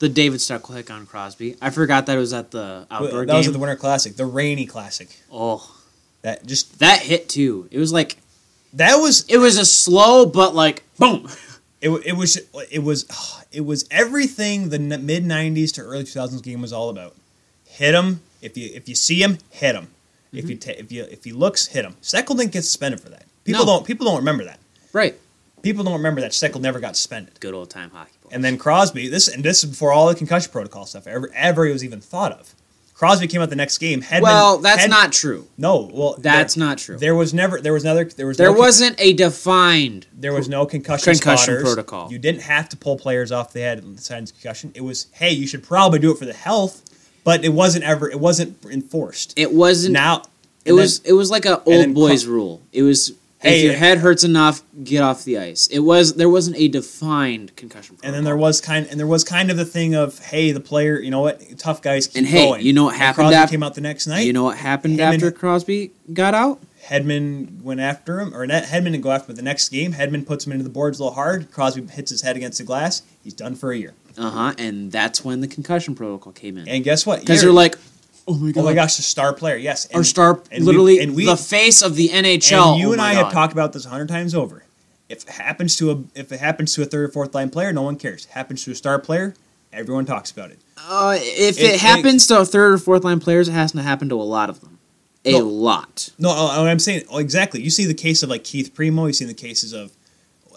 Speaker 1: the David Steckelhick on Crosby. I forgot that it was at the outdoor
Speaker 2: Well, that was
Speaker 1: game.
Speaker 2: at the Winter Classic, the rainy classic.
Speaker 1: oh,
Speaker 2: That just
Speaker 1: that hit too. It was like
Speaker 2: that was
Speaker 1: it was a slow but like boom.
Speaker 2: it. wa- It was it was it was everything the mid '90s to early 2000s game was all about. Hit him if you if you see him, hit him. If
Speaker 1: Mhm.
Speaker 2: you ta- if you if he looks, hit him. Seckel didn't get suspended for that. People
Speaker 1: No.
Speaker 2: don't people don't remember that.
Speaker 1: Right.
Speaker 2: People don't remember that Seckel never got suspended.
Speaker 1: Good old time hockey. Boys.
Speaker 2: And then Crosby, this and this is before all the concussion protocol stuff ever ever was even thought of. Crosby came out the next game. Hedman,
Speaker 1: well, that's
Speaker 2: Hed-
Speaker 1: not true.
Speaker 2: no. Well,
Speaker 1: That's
Speaker 2: there-
Speaker 1: not true.
Speaker 2: There was never there was another there was
Speaker 1: There
Speaker 2: no con-
Speaker 1: wasn't a defined.
Speaker 2: There was no concussion,
Speaker 1: Concussion
Speaker 2: spotters.
Speaker 1: protocol.
Speaker 2: You didn't have to pull players off the head and signs of concussion. It was, hey, you should probably do it for the health, but it wasn't ever. It wasn't enforced.
Speaker 1: It wasn't.
Speaker 2: now
Speaker 1: it was. It was like a old
Speaker 2: then
Speaker 1: boys
Speaker 2: Cro-
Speaker 1: rule. It was if
Speaker 2: Hey. uh
Speaker 1: your head hurts enough, get off the ice. It was there wasn't a defined concussion.
Speaker 2: And then there was kind and there was kind of the thing of hey the player you know what tough guys keep
Speaker 1: And hey,
Speaker 2: going.
Speaker 1: you know what
Speaker 2: And
Speaker 1: happened
Speaker 2: Crosby
Speaker 1: af-
Speaker 2: came out the next night.
Speaker 1: you know what happened
Speaker 2: Him and-
Speaker 1: after Crosby got out?
Speaker 2: Hedman went after him, or not Hedman didn't go after him, but the next game, Hedman puts him into the boards a little hard. Crosby hits his head against the glass. He's done for a year.
Speaker 1: Uh huh. And that's when the concussion protocol came in
Speaker 2: And guess what?
Speaker 1: because
Speaker 2: You're-
Speaker 1: you're like, oh my god,
Speaker 2: oh my gosh, the star player. Yes.
Speaker 1: our
Speaker 2: and-
Speaker 1: star
Speaker 2: and we-
Speaker 1: literally
Speaker 2: and we,
Speaker 1: the face of the NHL.
Speaker 2: and you
Speaker 1: Oh
Speaker 2: and
Speaker 1: my
Speaker 2: I
Speaker 1: God.
Speaker 2: have talked about this a hundred times over. If it happens to a if it happens to a third or fourth line player, no one cares. Happens to a star player, everyone talks about it.
Speaker 1: Uh, if
Speaker 2: It
Speaker 1: it,
Speaker 2: takes-
Speaker 1: happens to third or fourth line players, it has to happen to a lot of them. A
Speaker 2: No.
Speaker 1: lot.
Speaker 2: No, I- I'm saying oh, exactly. You see the case of like Keith Primo. You see the cases of,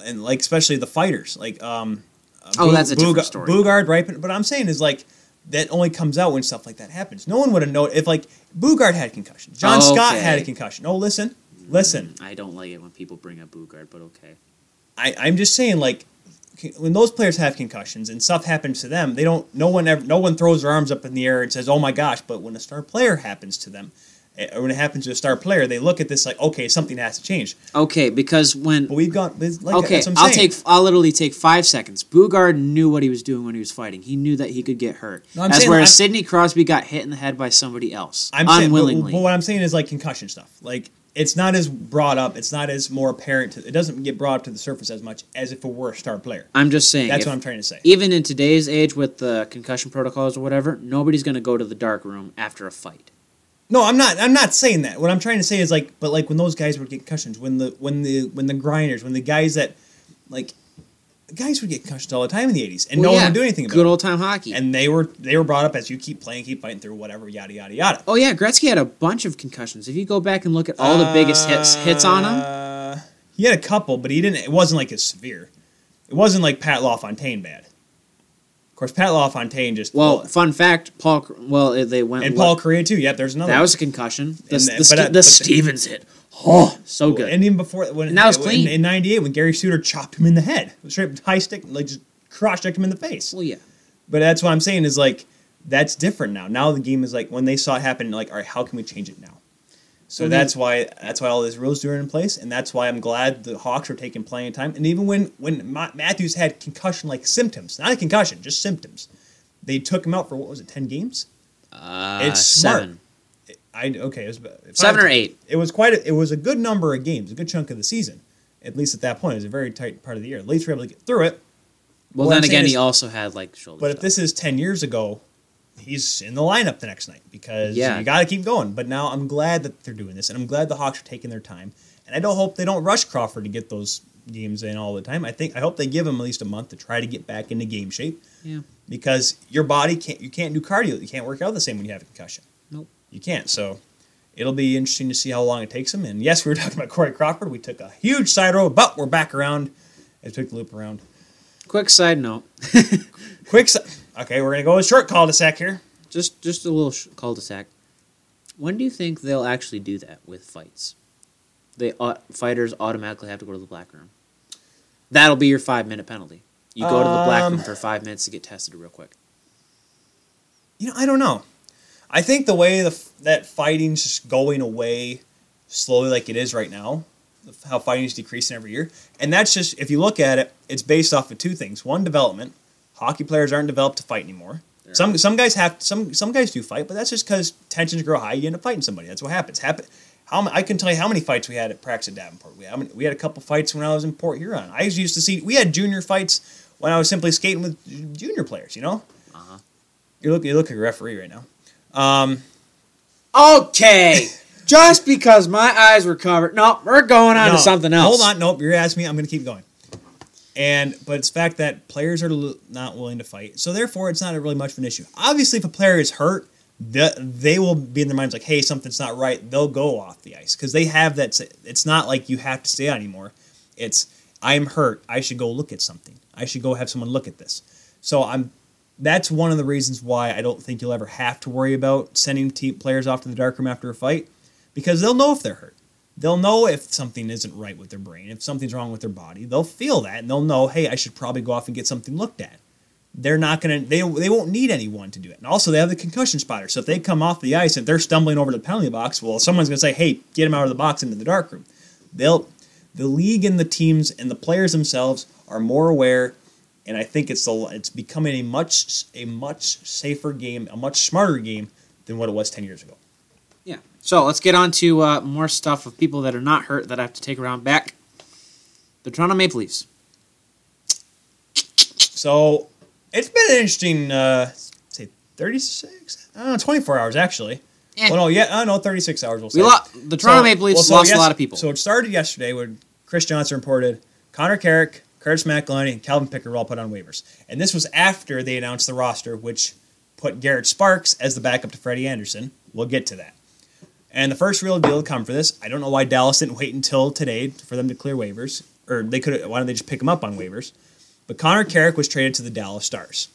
Speaker 2: and like especially the fighters, like um. uh,
Speaker 1: Oh,
Speaker 2: Bug-
Speaker 1: that's a different
Speaker 2: Bug-
Speaker 1: story.
Speaker 2: Bugard, right? But, but I'm saying is like that only comes out when stuff like that happens. No one would have known if like Bugard had concussion. John Scott
Speaker 1: Okay.
Speaker 2: had a concussion. Oh, listen, listen.
Speaker 1: I don't like it when people bring up Bugard, but okay.
Speaker 2: I I'm just saying like c- when those players have concussions and stuff happens to them, they don't. No one ever. No one throws their arms up in the air and says, "Oh my gosh!" But when a star player happens to them. eh, Or when it happens to a star player, they look at this like, okay, something has to change.
Speaker 1: Okay, because when
Speaker 2: But we've got it's like
Speaker 1: okay,
Speaker 2: That's what I'm
Speaker 1: I'll
Speaker 2: saying.
Speaker 1: take I'll literally take five seconds. Bugard knew what he was doing when he was fighting. He knew that he could get hurt.
Speaker 2: No, I'm
Speaker 1: That's
Speaker 2: saying-
Speaker 1: where
Speaker 2: I'm-
Speaker 1: Sidney Crosby got hit in the head by somebody else
Speaker 2: I'm saying, but-
Speaker 1: unwillingly.
Speaker 2: but, what I'm saying is like concussion stuff. Like it's not as brought up. It's not as more apparent. To, it doesn't get brought up to the surface as much as if it were a star player.
Speaker 1: I'm just saying.
Speaker 2: That's
Speaker 1: if-
Speaker 2: what I'm trying to say.
Speaker 1: Even in today's age with the concussion protocols or whatever, nobody's going to go to the dark room after a fight.
Speaker 2: No, I'm not. I'm not saying that. What I'm trying to say is like, but like when those guys would get concussions, when the when the when the grinders, when the guys that like guys would get concussions all the time in the 80s, and
Speaker 1: Well,
Speaker 2: no
Speaker 1: yeah,
Speaker 2: one would do anything about
Speaker 1: Good
Speaker 2: it.
Speaker 1: old time hockey.
Speaker 2: and they were they were brought up as you keep playing, keep fighting through whatever, yada yada yada.
Speaker 1: Oh yeah, Gretzky had a bunch of concussions. If you go back and look at all the biggest hits hits on him,
Speaker 2: Uh, He had a couple, but he didn't. It wasn't like as severe. It wasn't like Pat LaFontaine bad. Of course, Pat LaFontaine just
Speaker 1: well, fun fact, Paul. Cr- Well, eh, they went
Speaker 2: and
Speaker 1: look-
Speaker 2: Paul Korea too. Yep, there's another.
Speaker 1: That
Speaker 2: one.
Speaker 1: was a concussion. The,
Speaker 2: And
Speaker 1: the,
Speaker 2: that-
Speaker 1: Ste-
Speaker 2: but, uh,
Speaker 1: the
Speaker 2: but the-
Speaker 1: Stevens hit. Oh, so good.
Speaker 2: and even before when
Speaker 1: And that was
Speaker 2: in-
Speaker 1: clean.
Speaker 2: in '98 when Gary Suter chopped him in the head, straight up high stick, like just cross checked him in the face.
Speaker 1: well, yeah.
Speaker 2: But that's what I'm saying is like that's different now. Now the game is like when they saw it happen, like all right, how can we change it now? So
Speaker 1: Mhm.
Speaker 2: that's why that's why all these rules are in place, and that's why I'm glad the Hawks are taking playing time. And even when when Ma- Matthews had concussion like symptoms, not a concussion, just symptoms, they took him out for what was it, ten games?
Speaker 1: Uh,
Speaker 2: It's smart.
Speaker 1: seven.
Speaker 2: I okay, it was about-
Speaker 1: Seven or
Speaker 2: five-
Speaker 1: eight.
Speaker 2: It was quite. A, it was a good number of games, a good chunk of the season, at least at that point. It was a very tight part of the year. At least we were able to get through it.
Speaker 1: Well,
Speaker 2: What I'm
Speaker 1: then
Speaker 2: saying
Speaker 1: again, he
Speaker 2: is-
Speaker 1: also had like shoulder.
Speaker 2: But if
Speaker 1: stuff.
Speaker 2: this is 10 years ago, he's in the lineup the next night because
Speaker 1: Yeah.
Speaker 2: you got to keep going. But now I'm glad that they're doing this, and I'm glad the Hawks are taking their time. And I don't hope they don't rush Crawford to get those games in all the time. I think I hope they give him at least a month to try to get back into game shape
Speaker 1: yeah,
Speaker 2: because your body can't you can't do cardio. You can't work out the same when you have a concussion.
Speaker 1: Nope.
Speaker 2: You can't. So it'll be interesting to see how long it takes him. And yes, we were talking about Corey Crawford. We took a huge side road, but we're back around. I took the loop around.
Speaker 1: quick side note,
Speaker 2: Quick. Si- okay, we're gonna go with short cul-de-sac here.
Speaker 1: just just a little sh- cul-de-sac. When do you think they'll actually do that with fights? They au- fighters automatically have to go to the black room. That'll be your five minute penalty. You go to the black
Speaker 2: Um,
Speaker 1: room for five minutes to get tested real quick.
Speaker 2: you know, I don't know. I think the way the f- that fighting's just going away slowly, like it is right now, of how fighting's decreasing every year, and that's just if you look at it, it's based off of two things: one, development. Hockey players aren't developed to fight anymore. Some some guys have some some guys do fight, but that's just because tensions grow high. You end up fighting somebody. That's what happens. Happen. How ma- I can tell you how many fights we had at practice at Davenport. We had, I mean, we had a couple fights when I was in Port Huron. I used to see we had junior fights when I was simply skating with junior players. You know, you look you look at a referee right now.
Speaker 1: Okay. Just because my eyes were covered. No, we're going on
Speaker 2: No,
Speaker 1: to something else.
Speaker 2: Hold on, nope. You're asking me. I'm going to keep going. And but it's fact that players are l- not willing to fight, so therefore it's not really much of an issue. Obviously, if a player is hurt, the, they will be in their minds like, "Hey, something's not right." They'll go off the ice because they have that. s- It's not like you have to stay out anymore. It's I'm hurt. I should go look at something. I should go have someone look at this. So I'm. That's one of the reasons why I don't think you'll ever have to worry about sending team players off to the dark room after a fight because they'll know if they're hurt they'll know if something isn't right with their brain, if something's wrong with their body. They'll feel that and they'll know, hey, I should probably go off and get something looked at. They're not gonna they they won't need anyone to do it. And also they have the concussion spotter. So if they come off the ice and they're stumbling over to the penalty box, well someone's gonna say, Hey, get him out of the box into the dark room. They'll the league and the teams and the players themselves are more aware, and I think it's the it's becoming a much a much safer game, a much smarter game than what it was ten years ago.
Speaker 1: Yeah. So let's get on to uh, more stuff of people that are not hurt that I have to take around back. The Toronto Maple Leafs.
Speaker 2: So it's been an interesting, uh, say 36, uh, 24 hours actually.
Speaker 1: Eh.
Speaker 2: Well, no, yeah, uh, no, 36 hours we'll say.
Speaker 1: We lost the Toronto Maple Leafs
Speaker 2: well, so
Speaker 1: lost
Speaker 2: yes-
Speaker 1: a lot of people.
Speaker 2: So it started yesterday when Chris Johnson reported Connor Carrick, Curtis McElhinney, and Calvin Pickard were all put on waivers. And this was after they announced the roster, which put Garrett Sparks as the backup to Freddie Anderson. We'll get to that. And the first real deal to come for this, I don't know why Dallas didn't wait until today for them to clear waivers, or they could. Why don't they just pick him up on waivers? But Connor Carrick was traded to the Dallas Stars.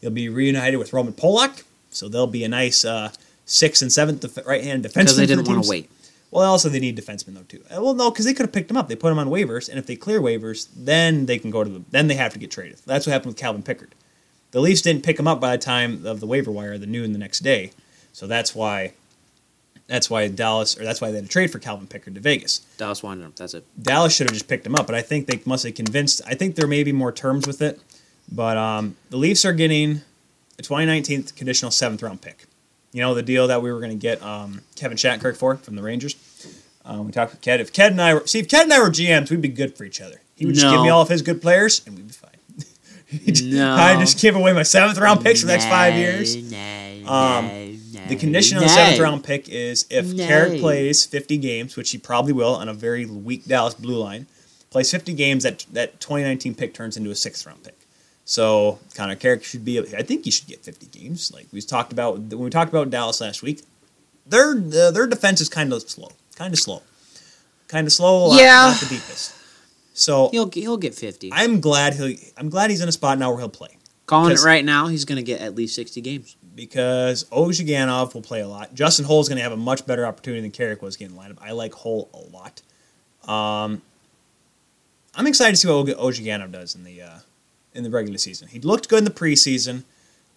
Speaker 2: He'll be reunited with Roman Polak, so they'll be a nice uh, sixth and seventh def- right-hand defenseman.
Speaker 1: because they
Speaker 2: for the
Speaker 1: didn't want
Speaker 2: teams.
Speaker 1: to wait.
Speaker 2: Well, also they need defensemen though too. Uh, Well, no, because they could have picked him up. They put him on waivers, and if they clear waivers, then they can go to the. Then they have to get traded. That's what happened with Calvin Pickard. The Leafs didn't pick him up by the time of the waiver wire, the noon the next day, so that's why. That's why Dallas, or that's why they had to trade for Calvin Pickard to Vegas.
Speaker 1: Dallas wanted them. That's it.
Speaker 2: Dallas should have just picked him up, but I think they must have convinced. I think there may be more terms with it, but um, the Leafs are getting a 2019 conditional seventh round pick. You know the deal that we were going to get um, Kevin Shattenkirk for from the Rangers. Um, we talked with Ked. If Ked and I were, see if Ked and I were GMs, we'd be good for each other. He would just give
Speaker 1: No.
Speaker 2: me all of his good players, and we'd be fine. He'd-
Speaker 1: No.
Speaker 2: I'd just give away my seventh round picks for the next five years. Um, The condition on the seventh round pick is if
Speaker 1: No.
Speaker 2: Carrick plays 50 games, which he probably will on a very weak Dallas blue line, plays 50 games, that that 2019 pick turns into a sixth round pick. So Connor Carrick should be. I think he should get 50 games. Like we talked about when we talked about Dallas last week, their uh, their defense is kind of slow, kind of slow, kind of slow. not-
Speaker 1: Yeah.
Speaker 2: not the deepest. So
Speaker 1: He'll he'll get fifty.
Speaker 2: I'm glad he'll. I'm glad he's in a spot now where he'll play
Speaker 1: Calling it
Speaker 2: because-
Speaker 1: right now, he's going to get at least sixty games.
Speaker 2: because Ozhiganov will play a lot. Justin Hole's going to have a much better opportunity than Carrick was getting lined up. I like Hole a lot. Um, I'm excited to see what Og- Ozhiganov does in the uh, in the regular season. He looked good in the preseason.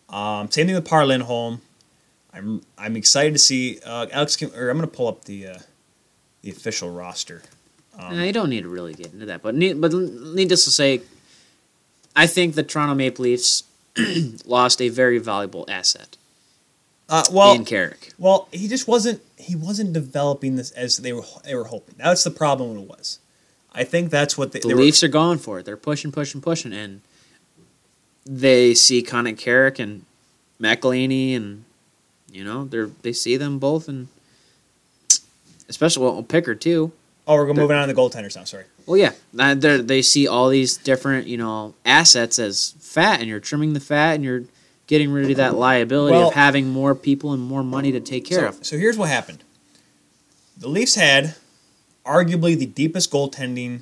Speaker 2: Um, same thing with Parlin Holm. I'm I'm excited to see uh, Alex. Kim, or I'm going to pull up the uh, the official roster. Um,
Speaker 1: Nah, you don't need to really get into that, but need, but needless to say, I think the Toronto Maple Leafs lost a very valuable asset
Speaker 2: Uh, well,
Speaker 1: in Carrick.
Speaker 2: Well, he just wasn't he wasn't developing this as they were they were hoping. That's the problem it was. I think that's what they,
Speaker 1: The
Speaker 2: they
Speaker 1: Leafs are going for it. They're pushing, pushing, pushing, and they see Connor Carrick and McElhinney, and you know they're they see them both, and especially well Pickard too.
Speaker 2: were. Oh, we're moving on to the goaltenders now. Sorry.
Speaker 1: Well, yeah, uh, they're- they see all these different you know assets as fat, and you're trimming the fat, and you're getting rid of that liability
Speaker 2: Well-
Speaker 1: of having more people and more money to take care
Speaker 2: so,
Speaker 1: of.
Speaker 2: So here's what happened. The Leafs had arguably the deepest goaltending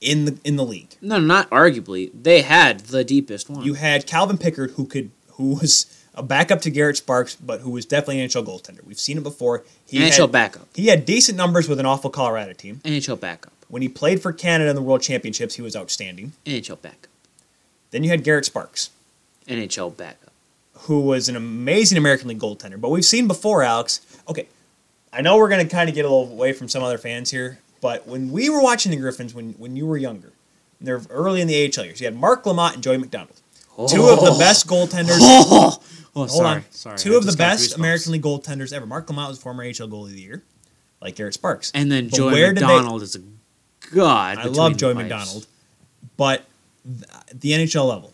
Speaker 2: in the in the league.
Speaker 1: No, not arguably. They had the deepest one.
Speaker 2: You had Calvin Pickard, who could who was a backup to Garrett Sparks, but who was definitely an NHL goaltender. We've seen it before. He
Speaker 1: NHL
Speaker 2: had,
Speaker 1: backup,
Speaker 2: He had decent numbers with an awful Colorado team.
Speaker 1: NHL backup,
Speaker 2: When he played for Canada in the World Championships, he was outstanding.
Speaker 1: NHL backup,
Speaker 2: Then you had Garrett Sparks.
Speaker 1: NHL backup.
Speaker 2: who was an amazing American League goaltender. But we've seen before, Alex. Okay, I know we're going to kind of get a little away from some other fans here, but when we were watching the Griffins when, when you were younger, they're early in the AHL years, you had Mark Lamont and Joey McDonald. Two of the best goaltenders.
Speaker 1: Oh, oh,
Speaker 2: Hold
Speaker 1: sorry,
Speaker 2: on.
Speaker 1: sorry.
Speaker 2: Two
Speaker 1: I
Speaker 2: of the
Speaker 1: just got
Speaker 2: best
Speaker 1: goosebumps.
Speaker 2: American League goaltenders ever. Mark Lamont was former AHL goalie of the year, like Garrett Sparks.
Speaker 1: And then
Speaker 2: But
Speaker 1: Joey
Speaker 2: where did they-
Speaker 1: McDonald is a god.
Speaker 2: I
Speaker 1: between
Speaker 2: love
Speaker 1: the
Speaker 2: Joey
Speaker 1: pipes.
Speaker 2: McDonald, but th- the NHL level.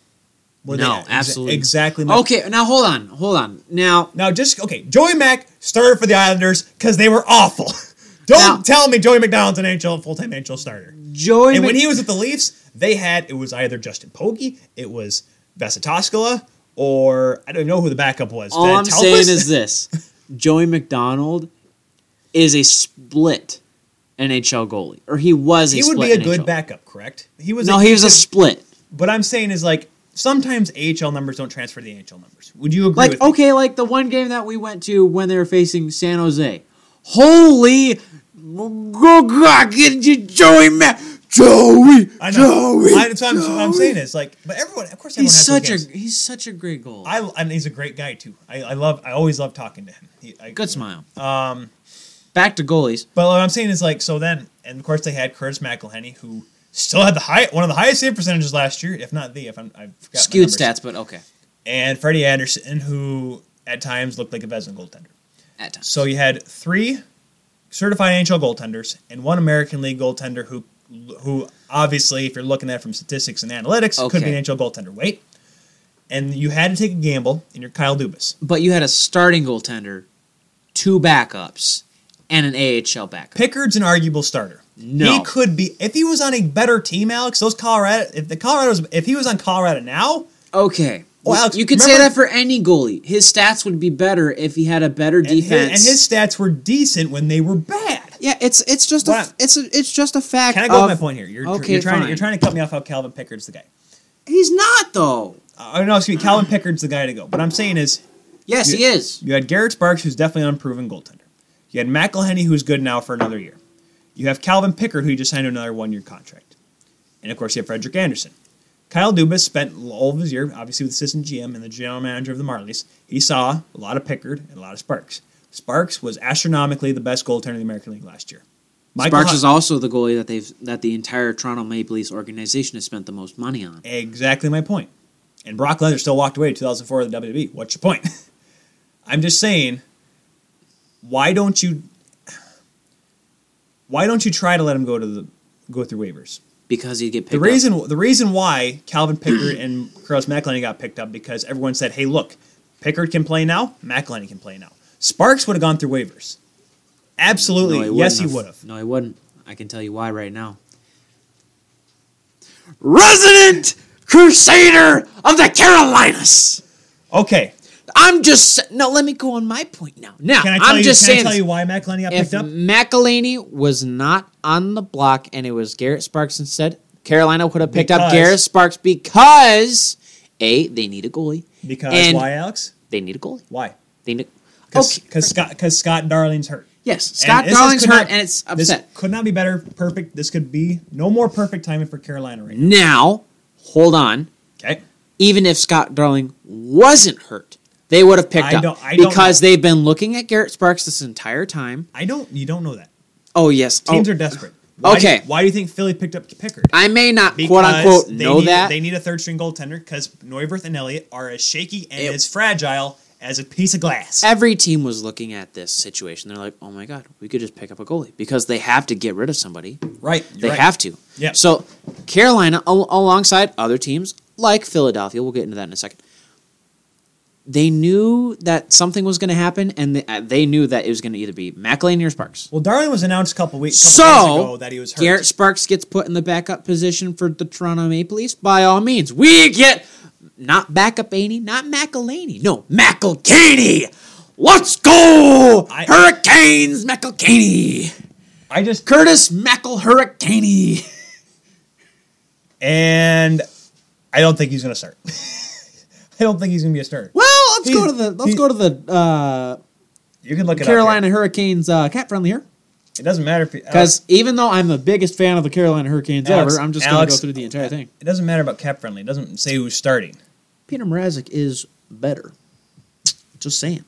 Speaker 2: were
Speaker 1: No,
Speaker 2: at? Exa-
Speaker 1: absolutely. Oh,
Speaker 2: Exactly. my
Speaker 1: Okay, now hold on, hold on. Now
Speaker 2: Now, just okay. Joey Mack started for the Islanders because they were awful. Don't
Speaker 1: Now-
Speaker 2: tell me Joey McDonald's an NHL full-time NHL starter.
Speaker 1: Joey
Speaker 2: And when
Speaker 1: Mc-
Speaker 2: he was at the Leafs, they had it was either Justin Pogge, it was Vasatoskala, or I don't know who the backup was.
Speaker 1: all I'm
Speaker 2: Vantelkis?
Speaker 1: saying is this: Joey McDonald is a split NHL goalie, or he was. A
Speaker 2: he would
Speaker 1: split
Speaker 2: be a good
Speaker 1: NHL.
Speaker 2: backup, correct? He was.
Speaker 1: No, he was a split.
Speaker 2: But I'm saying is like sometimes AHL numbers don't transfer to the NHL numbers. Would you agree?
Speaker 1: Like
Speaker 2: with me?
Speaker 1: okay, like the one game that we went to when they were facing San Jose. Holy, go God, get you Joey Mac, Joey,
Speaker 2: I know.
Speaker 1: Joey.
Speaker 2: I, that's what I'm, what I'm saying is like, but everyone, of course, everyone
Speaker 1: he's
Speaker 2: has those
Speaker 1: such a
Speaker 2: games.
Speaker 1: he's such a great goalie.
Speaker 2: I and he's a great guy too. I, I love. I always love talking to him. He, I,
Speaker 1: Good smile. Back to goalies.
Speaker 2: But what I'm saying is like so then, and of course they had Curtis McElhenny who still had the high one of the highest save percentages last year, if not the if I'm I forgot my
Speaker 1: Skewed
Speaker 2: numbers.
Speaker 1: stats, but okay.
Speaker 2: And Freddie Anderson who at times looked like a Vezina goaltender.
Speaker 1: At times.
Speaker 2: So you had three certified NHL goaltenders and one American League goaltender who, who obviously, if you're looking at it from statistics and analytics, could be
Speaker 1: Okay.
Speaker 2: an NHL goaltender. Wait, and you had to take a gamble, and you're Kyle Dubas.
Speaker 1: but you had a starting goaltender, two backups, and an AHL backup.
Speaker 2: Pickard's an arguable starter.
Speaker 1: No.
Speaker 2: He could be if he was on a better team, Alex. Those Colorado, if the Colorado's, if he was on Colorado now,
Speaker 1: Okay.
Speaker 2: Well,
Speaker 1: You-
Speaker 2: Alex,
Speaker 1: you could say
Speaker 2: remember-
Speaker 1: that for any goalie. His stats would be better if he had a better
Speaker 2: and his,
Speaker 1: defense.
Speaker 2: and his stats were decent when they were bad.
Speaker 1: yeah, it's it's just a,
Speaker 2: What?
Speaker 1: f- it's a, it's just a fact.
Speaker 2: Can I go
Speaker 1: of-
Speaker 2: with my point here? You're,
Speaker 1: Okay,
Speaker 2: you're trying
Speaker 1: fine.
Speaker 2: you're trying to cut me off. How Calvin Pickard's the guy.
Speaker 1: He's not though.
Speaker 2: Uh, no, excuse me. Calvin Pickard's the guy to go. But I'm saying is
Speaker 1: Yes,
Speaker 2: You-
Speaker 1: he is.
Speaker 2: You had Garrett Sparks, who's definitely an unproven goaltender. You had McElhenney, who's good now for another year. You have Calvin Pickard, who you just signed to another one-year contract. And of course, you have Frederick Anderson. Kyle Dubas spent all of his year, obviously with assistant GM and the general manager of the Marlies. He saw a lot of Pickard and a lot of Sparks. Sparks was astronomically the best goaltender in the American League last year. Michael
Speaker 1: Sparks
Speaker 2: Ho-
Speaker 1: is also the goalie that they've that the entire Toronto Maple Leafs organization has spent the most money on.
Speaker 2: Exactly my point. And Brock Lesnar still walked away in 2004 of the WWE. What's your point? I'm just saying, why don't you, why don't you try to let him go to the go through waivers?
Speaker 1: because he'd get picked
Speaker 2: The
Speaker 1: up.
Speaker 2: reason the reason why Calvin Pickard and Carlos McElhinney got picked up because everyone said, "Hey, look, Pickard can play now, McElhinney can play now." Sparks would have gone through
Speaker 1: No,
Speaker 2: waivers. Absolutely,
Speaker 1: he
Speaker 2: yes, he
Speaker 1: wouldn't
Speaker 2: would have.
Speaker 1: No, he wouldn't. I can tell you why right now. Resident Crusader of the Carolinas.
Speaker 2: Okay,
Speaker 1: I'm just sa- no. Let me go on my point now. Now
Speaker 2: can I tell
Speaker 1: I'm
Speaker 2: you?
Speaker 1: just
Speaker 2: can
Speaker 1: saying.
Speaker 2: I tell
Speaker 1: this.
Speaker 2: you why McElhinney got
Speaker 1: if
Speaker 2: picked up?
Speaker 1: McElhaney was not on the block and it was Garrett Sparks instead, Carolina would have picked up
Speaker 2: Because-
Speaker 1: Garrett Sparks because a they need a goalie.
Speaker 2: Because
Speaker 1: and-
Speaker 2: why, Alex?
Speaker 1: They need a goalie.
Speaker 2: Why?
Speaker 1: They need.
Speaker 2: Because
Speaker 1: okay.
Speaker 2: Scott because Scott Darling's hurt.
Speaker 1: Yes,
Speaker 2: And
Speaker 1: Scott
Speaker 2: this is-
Speaker 1: Darling's
Speaker 2: could
Speaker 1: hurt,
Speaker 2: not-
Speaker 1: and it's
Speaker 2: This
Speaker 1: upset.
Speaker 2: could not be better. Perfect. This could be no more perfect timing for Carolina right now.
Speaker 1: Now, hold on.
Speaker 2: Okay.
Speaker 1: Even if Scott Darling wasn't hurt, they would have picked
Speaker 2: I
Speaker 1: up
Speaker 2: don't- I don't
Speaker 1: because
Speaker 2: know.
Speaker 1: they've been looking at Garrett Sparks this entire time.
Speaker 2: I don't. You don't know that.
Speaker 1: Oh yes,
Speaker 2: Teams
Speaker 1: oh,
Speaker 2: are desperate. Why
Speaker 1: Okay.
Speaker 2: Do, why do you think Philly picked up Pickard?
Speaker 1: I may not
Speaker 2: Because
Speaker 1: quote unquote
Speaker 2: they
Speaker 1: know
Speaker 2: need,
Speaker 1: that.
Speaker 2: they need a third string goaltender because Neuwirth and Elliott are as shaky and
Speaker 1: It-
Speaker 2: as fragile as a piece of glass.
Speaker 1: Every team was looking at this situation. They're like, "Oh my god, we could just pick up a goalie because they have to get rid of somebody.
Speaker 2: Right.
Speaker 1: They have to."
Speaker 2: Yeah.
Speaker 1: So Carolina, al- alongside other teams like Philadelphia, we'll get into that in a second. They knew that something was going to happen, and they, uh, they knew that it was going to either be McElhinney or Sparks.
Speaker 2: Well, Darling was announced a couple weeks couple days
Speaker 1: So
Speaker 2: ago that he was hurt.
Speaker 1: Garrett Sparks gets put in the backup position for the Toronto Maple Leafs. By all means, we get not backup Aney, not McElhaney, no McElhaney. Let's go,
Speaker 2: I-
Speaker 1: Hurricanes McElhaney,
Speaker 2: I just
Speaker 1: Curtis McEl Hurricaney.
Speaker 2: and I don't think he's going to start. I don't think he's going to be a starter.
Speaker 1: Well, let's
Speaker 2: He-
Speaker 1: go to the let's
Speaker 2: he-
Speaker 1: go to the uh,
Speaker 2: You can look it up.
Speaker 1: Carolina Hurricanes uh, cat friendly here
Speaker 2: here. It doesn't matter if uh, he-
Speaker 1: because even though I'm the biggest fan of the Carolina Hurricanes
Speaker 2: Alex-
Speaker 1: ever, I'm just going to
Speaker 2: Alex-
Speaker 1: go through the entire thing.
Speaker 2: It doesn't matter about cap friendly. It doesn't say who's starting.
Speaker 1: Peter Mrazek is better. Just saying.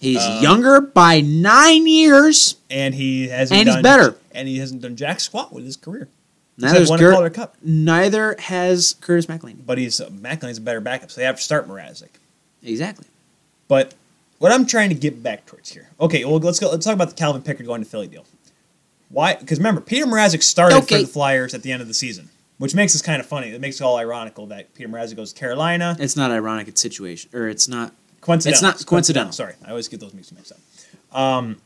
Speaker 1: He's younger by nine years.
Speaker 2: And he hasn't
Speaker 1: And he's
Speaker 2: done
Speaker 1: better.
Speaker 2: And he hasn't done jack squat with his career. He's
Speaker 1: Neither,
Speaker 2: had
Speaker 1: is
Speaker 2: one
Speaker 1: Ger-
Speaker 2: Calder Cup.
Speaker 1: neither has Curtis McElhinney.
Speaker 2: But he's uh, McElhinney's a better backup, so they have to start Mrazek.
Speaker 1: Exactly.
Speaker 2: But what I'm trying to get back towards here. Okay, well let's go let's talk about the Calvin Pickard going to Philly deal. Why because remember, Peter Mrazek started
Speaker 1: Okay.
Speaker 2: for the Flyers at the end of the season. Which makes this kind of funny. It makes it all ironical that Peter Mrazek goes to Carolina.
Speaker 1: It's not ironic. It's situation, or it's not.
Speaker 2: Coincidental.
Speaker 1: It's not coincidental.
Speaker 2: Sorry, I always get those mixed mixed up. Um,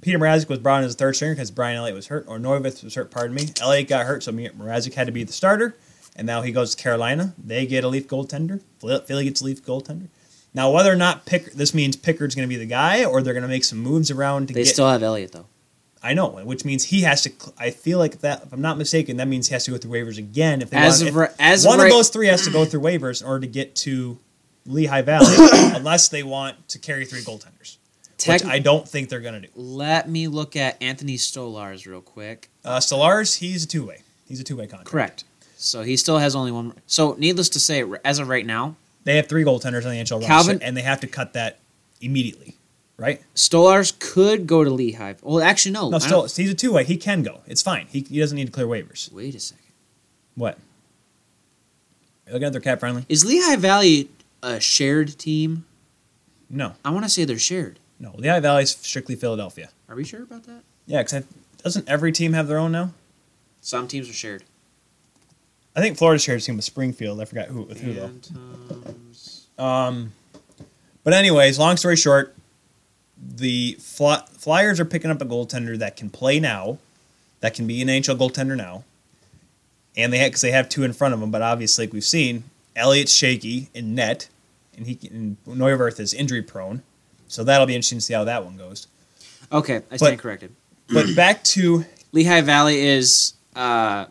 Speaker 2: Peter Mrazek was brought in as a third stringer because Brian Elliott was hurt, or Norvith was hurt. Pardon me. Elliott got hurt, so me- Mrazek had to be the starter, and now he goes to Carolina. They get a Leaf goaltender. Phil- Philly gets a Leaf goaltender. Now, whether or not Pick this means Pickard's going to be the guy, or they're going to make some moves around to
Speaker 1: They
Speaker 2: get.
Speaker 1: still have Elliott though.
Speaker 2: I know, which means he has to. cl- I feel like that. If I'm not mistaken, that means he has to go through waivers again. If they
Speaker 1: As
Speaker 2: want,
Speaker 1: of ri-
Speaker 2: if
Speaker 1: as of
Speaker 2: one
Speaker 1: right-
Speaker 2: of those three has to go through waivers in order to get to Lehigh Valley, unless they want to carry three goaltenders,
Speaker 1: Tech-
Speaker 2: which I don't think they're going to do.
Speaker 1: Let me look at Anthony Stolarz real quick.
Speaker 2: Uh, Solaris, he's a two way. He's a two way contract.
Speaker 1: Correct. So he still has only one. So needless to say, r- as of right now,
Speaker 2: They have three goaltenders on the NHL
Speaker 1: Calvin-
Speaker 2: roster, and they have to cut that immediately. right?
Speaker 1: Stolars could go to Lehigh. Well, actually, no.
Speaker 2: No,
Speaker 1: I
Speaker 2: still,
Speaker 1: don't-
Speaker 2: he's a two way. He can go. It's fine. He, he doesn't need to clear waivers.
Speaker 1: Wait a second.
Speaker 2: What? Are you looking at their cap friendly?
Speaker 1: Is Lehigh Valley a shared team?
Speaker 2: No,
Speaker 1: I want to say they're shared.
Speaker 2: no. Lehigh Valley's strictly Philadelphia.
Speaker 1: Are we sure about that?
Speaker 2: Yeah, because doesn't every team have their own now?
Speaker 1: Some teams are shared.
Speaker 2: I think Florida shares team with Springfield. I forgot who with who though.
Speaker 1: Phantoms.
Speaker 2: Um, but anyways, long story short, the Fly- Flyers are picking up a goaltender that can play now, that can be an NHL goaltender now, and they because they have two in front of them. But obviously, like we've seen, Elliott's shaky in net, and he can, and Neuwirth is injury prone, so that'll be interesting to see how that one goes.
Speaker 1: Okay, I stand
Speaker 2: But-
Speaker 1: corrected.
Speaker 2: But back to
Speaker 1: Lehigh Valley is uh,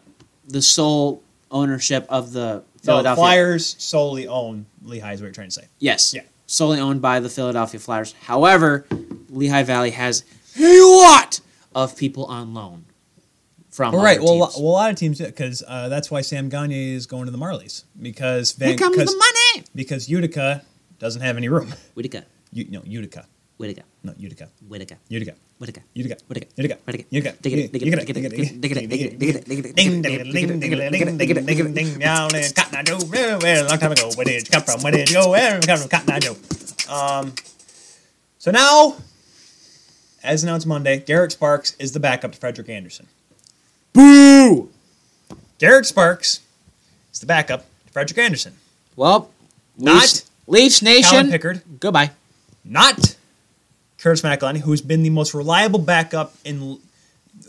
Speaker 1: the sole ownership of the
Speaker 2: the
Speaker 1: Philadelphia.
Speaker 2: Flyers solely own Lehigh is what you're trying to say.
Speaker 1: Yes.
Speaker 2: Yeah.
Speaker 1: Solely owned by the Philadelphia Flyers. However, Lehigh Valley has a lot of people on loan from.
Speaker 2: All right.
Speaker 1: other
Speaker 2: Well,
Speaker 1: teams.
Speaker 2: well, a lot of teams because uh, that's why Sam Gagne is going to the Marlies because Van,
Speaker 1: here comes
Speaker 2: 'cause-
Speaker 1: the money.
Speaker 2: because Utica doesn't have any room.
Speaker 1: Whitaker,
Speaker 2: U- no, Utica.
Speaker 1: Whitaker,
Speaker 2: No, Utica.
Speaker 1: Whitaker,
Speaker 2: Utica.
Speaker 1: Whitaker.
Speaker 2: Utica.
Speaker 1: Whitaker.
Speaker 2: Utica.
Speaker 1: Whitaker.
Speaker 2: Utica.
Speaker 1: Dig it, dig it, dig it, dig it, dig it, dig it, dig it, dig it, dig it, dig it,
Speaker 2: Ding,
Speaker 1: dig
Speaker 2: ding,
Speaker 1: it,
Speaker 2: ding, ding,
Speaker 1: dig it, dig it,
Speaker 2: ding,
Speaker 1: dig
Speaker 2: ding,
Speaker 1: it, dig
Speaker 2: ding,
Speaker 1: it, dig
Speaker 2: ding,
Speaker 1: it.
Speaker 2: down in Cotton Eye Joe. Well, well, a long time ago. Where did you come from? Where did you go? Where did you come from? Cotton Eye Joe. Um, so now, as announced Monday, Garrett Sparks is the backup to Frederick Anderson.
Speaker 1: Boo!
Speaker 2: Garrett Sparks is the backup to Frederick Anderson.
Speaker 1: Well,
Speaker 2: Not
Speaker 1: Leafs, Leafs
Speaker 2: Colin
Speaker 1: Nation.
Speaker 2: Pickard,
Speaker 1: Goodbye.
Speaker 2: not Curtis McElhinney, who's been the most reliable backup in.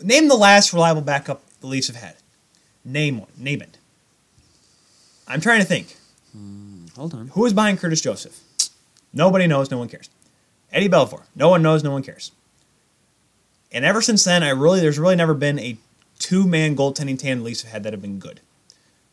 Speaker 2: Name the last reliable backup the Leafs have had. Name one. Name it. I'm trying to think.
Speaker 1: Hold on.
Speaker 2: Who is behind Curtis Joseph? Nobody knows. No one cares. Eddie Belfour. No one knows. No one cares. And ever since then, I really there's really never been a two-man goaltending tandem the Leafs have had that have been good.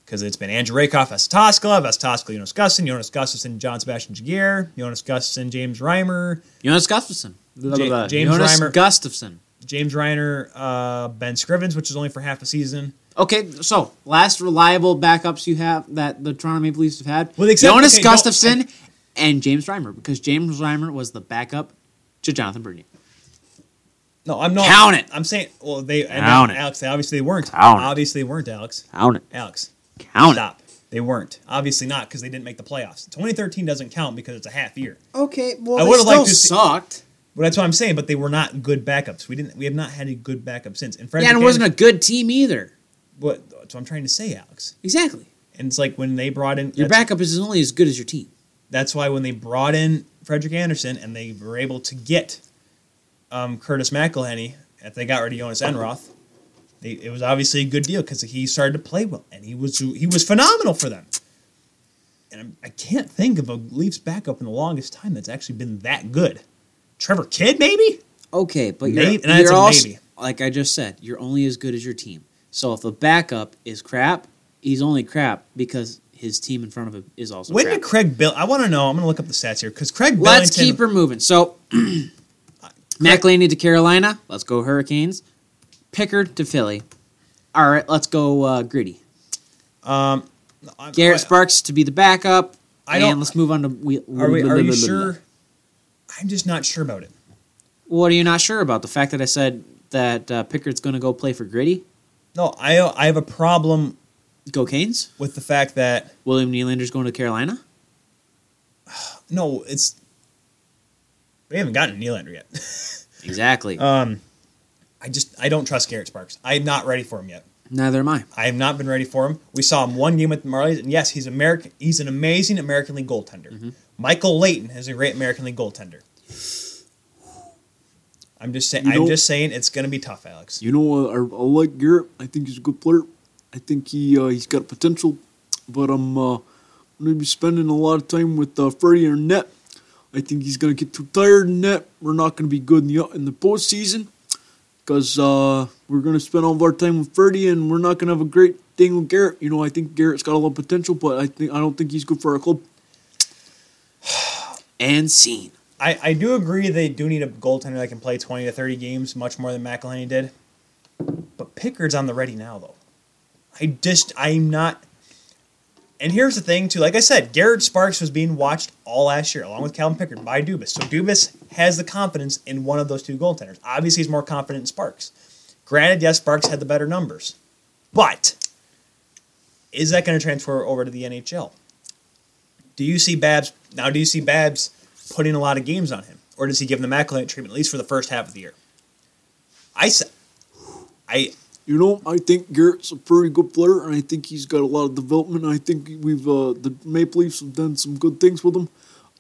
Speaker 2: Because it's been Andrew Rakoff, Vestatoskala, Vestatoskala, Jonas Gustafsson, Jonas Gustafsson, John Sebastian Jaguar, Jonas Gustafsson, James Reimer,
Speaker 1: Jonas Gustafsson.
Speaker 2: Ja- James
Speaker 1: Jonas
Speaker 2: Reimer.
Speaker 1: Gustafsson.
Speaker 2: James Reiner, uh, Ben Scrivens, which is only for half a season.
Speaker 1: Okay, so last reliable backups you have that the Toronto Maple Leafs have had
Speaker 2: Well, except-
Speaker 1: Jonas
Speaker 2: okay, no,
Speaker 1: Gustafsson and James Reimer because James Reimer was the backup to Jonathan Bernier.
Speaker 2: No, I'm not.
Speaker 1: Count it.
Speaker 2: I'm saying, well, they and
Speaker 1: Count it.
Speaker 2: Alex. They obviously weren't.
Speaker 1: Count it.
Speaker 2: obviously they weren't, Alex.
Speaker 1: Count it.
Speaker 2: Alex,
Speaker 1: Count
Speaker 2: stop. They weren't. Obviously not because they didn't make the playoffs. 2013 doesn't count because it's a half year.
Speaker 1: it. Okay, well,
Speaker 2: I
Speaker 1: I would
Speaker 2: would've
Speaker 1: have liked
Speaker 2: liked to see-
Speaker 1: sucked.
Speaker 2: But that's what I'm saying. But they were not good backups. We didn't. We have not had a good backup since. And Frederick
Speaker 1: yeah, and it wasn't
Speaker 2: Anderson-
Speaker 1: a good team either.
Speaker 2: What, that's what I'm trying to say, Alex.
Speaker 1: Exactly.
Speaker 2: And it's like when they brought in.
Speaker 1: Your
Speaker 2: that's-
Speaker 1: backup is only as good as your team.
Speaker 2: That's why when they brought in Frederick Anderson and they were able to get um, Curtis McElhenny, if they got rid of Jonas Enroth, they, it was obviously a good deal because he started to play well and he was he was phenomenal for them. And I'm, I can't think of a Leafs backup in the longest time that's actually been that good. Trevor Kidd, maybe.
Speaker 1: Okay, but you're,
Speaker 2: Maybe- and that's
Speaker 1: you're
Speaker 2: a
Speaker 1: also
Speaker 2: maybe.
Speaker 1: like I just said, you're only as good as your team. So if the backup is crap, he's only crap because his team in front of him is also
Speaker 2: When
Speaker 1: crap.
Speaker 2: did Craig Bill? I want to know. I'm going to look up the stats here because Craig.
Speaker 1: Let's
Speaker 2: Billington-
Speaker 1: keep her moving. So, McElhaney to Carolina. Let's go Hurricanes. Pickard to Philly. All right, let's go uh, Gritty.
Speaker 2: Oh, Um, I'm-
Speaker 1: Garrett
Speaker 2: I-
Speaker 1: Sparks to be the backup.
Speaker 2: I don't-
Speaker 1: and let's move on to. We,
Speaker 2: Are we? Are you sure? I'm just not sure about it.
Speaker 1: What are you not sure about? The fact that I said that uh, Pickard's going to go play for Gritty?
Speaker 2: No, I I have a problem
Speaker 1: Go Canes?
Speaker 2: with the fact that
Speaker 1: William Nylander's going to Carolina?
Speaker 2: no, it's we haven't gotten Nylander yet.
Speaker 1: Exactly.
Speaker 2: um, I just I don't trust Garrett Sparks. I'm not ready for him yet.
Speaker 1: Neither am I.
Speaker 2: I have not been ready for him. We saw him one game with the Marlies, and yes, he's American. He's an amazing American League goaltender.
Speaker 4: Mm-hmm.
Speaker 2: Michael Layton is a great American League goaltender. I'm just saying.
Speaker 4: You
Speaker 2: I'm
Speaker 4: know-
Speaker 2: just saying it's going to be tough, Alex.
Speaker 4: You know, I, I like Garrett. I think he's a good player. I think he uh, he's got potential, but I'm uh, going to be spending a lot of time with uh, Freddie Arnett. I think he's going to get too tired in that. We're not going to be good in the uh, in the postseason because uh, we're going to spend all of our time with Freddie, and we're not going to have a great thing with Garrett. You know, I think Garrett's got a lot of potential, but I think I don't think he's good for our club.
Speaker 1: And scene.
Speaker 2: I, I do agree they do need a goaltender that can play 20 to 30 games, much more than McElhinney did. But Pickard's on the ready now, though. I just, I'm not. And here's the thing, too. Like I said, Garrett Sparks was being watched all last year, along with Calvin Pickard, by Dubas. So Dubas has the confidence in one of those two goaltenders. Obviously, he's more confident in Sparks. Granted, yes, Sparks had the better numbers. But is that going to transfer over to the NHL? Do you see Babs now? Do you see Babs putting a lot of games on him, or does he give him the McElhinney treatment at least for the first half of the year? I, s- I
Speaker 4: You know, I think Garrett's a pretty good player, and I think he's got a lot of development. I think we've uh, the Maple Leafs have done some good things with him.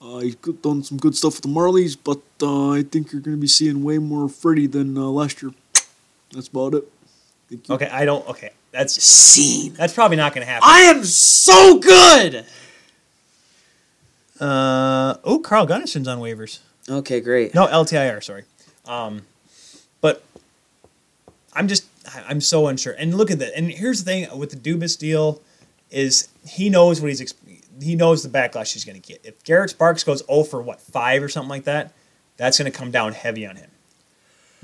Speaker 4: Uh, he's good- done some good stuff with the Marlies, but uh, I think you're going to be seeing way more Freddie than uh, last year. That's about it. Thank you.
Speaker 2: okay. I don't okay. That's
Speaker 1: Scene.
Speaker 2: that's probably not going to happen.
Speaker 1: I am so good.
Speaker 2: Uh, oh, Carl Gunnarsson's on waivers.
Speaker 1: Okay, great.
Speaker 2: No, LTIR, sorry. Um, but I'm just I- I'm so unsure. And look at that. And here's the thing with the Dubas deal is he knows what he's ex- he knows the backlash he's going to get. If Garrett Sparks goes 0 for what five or something like that, that's going to come down heavy on him.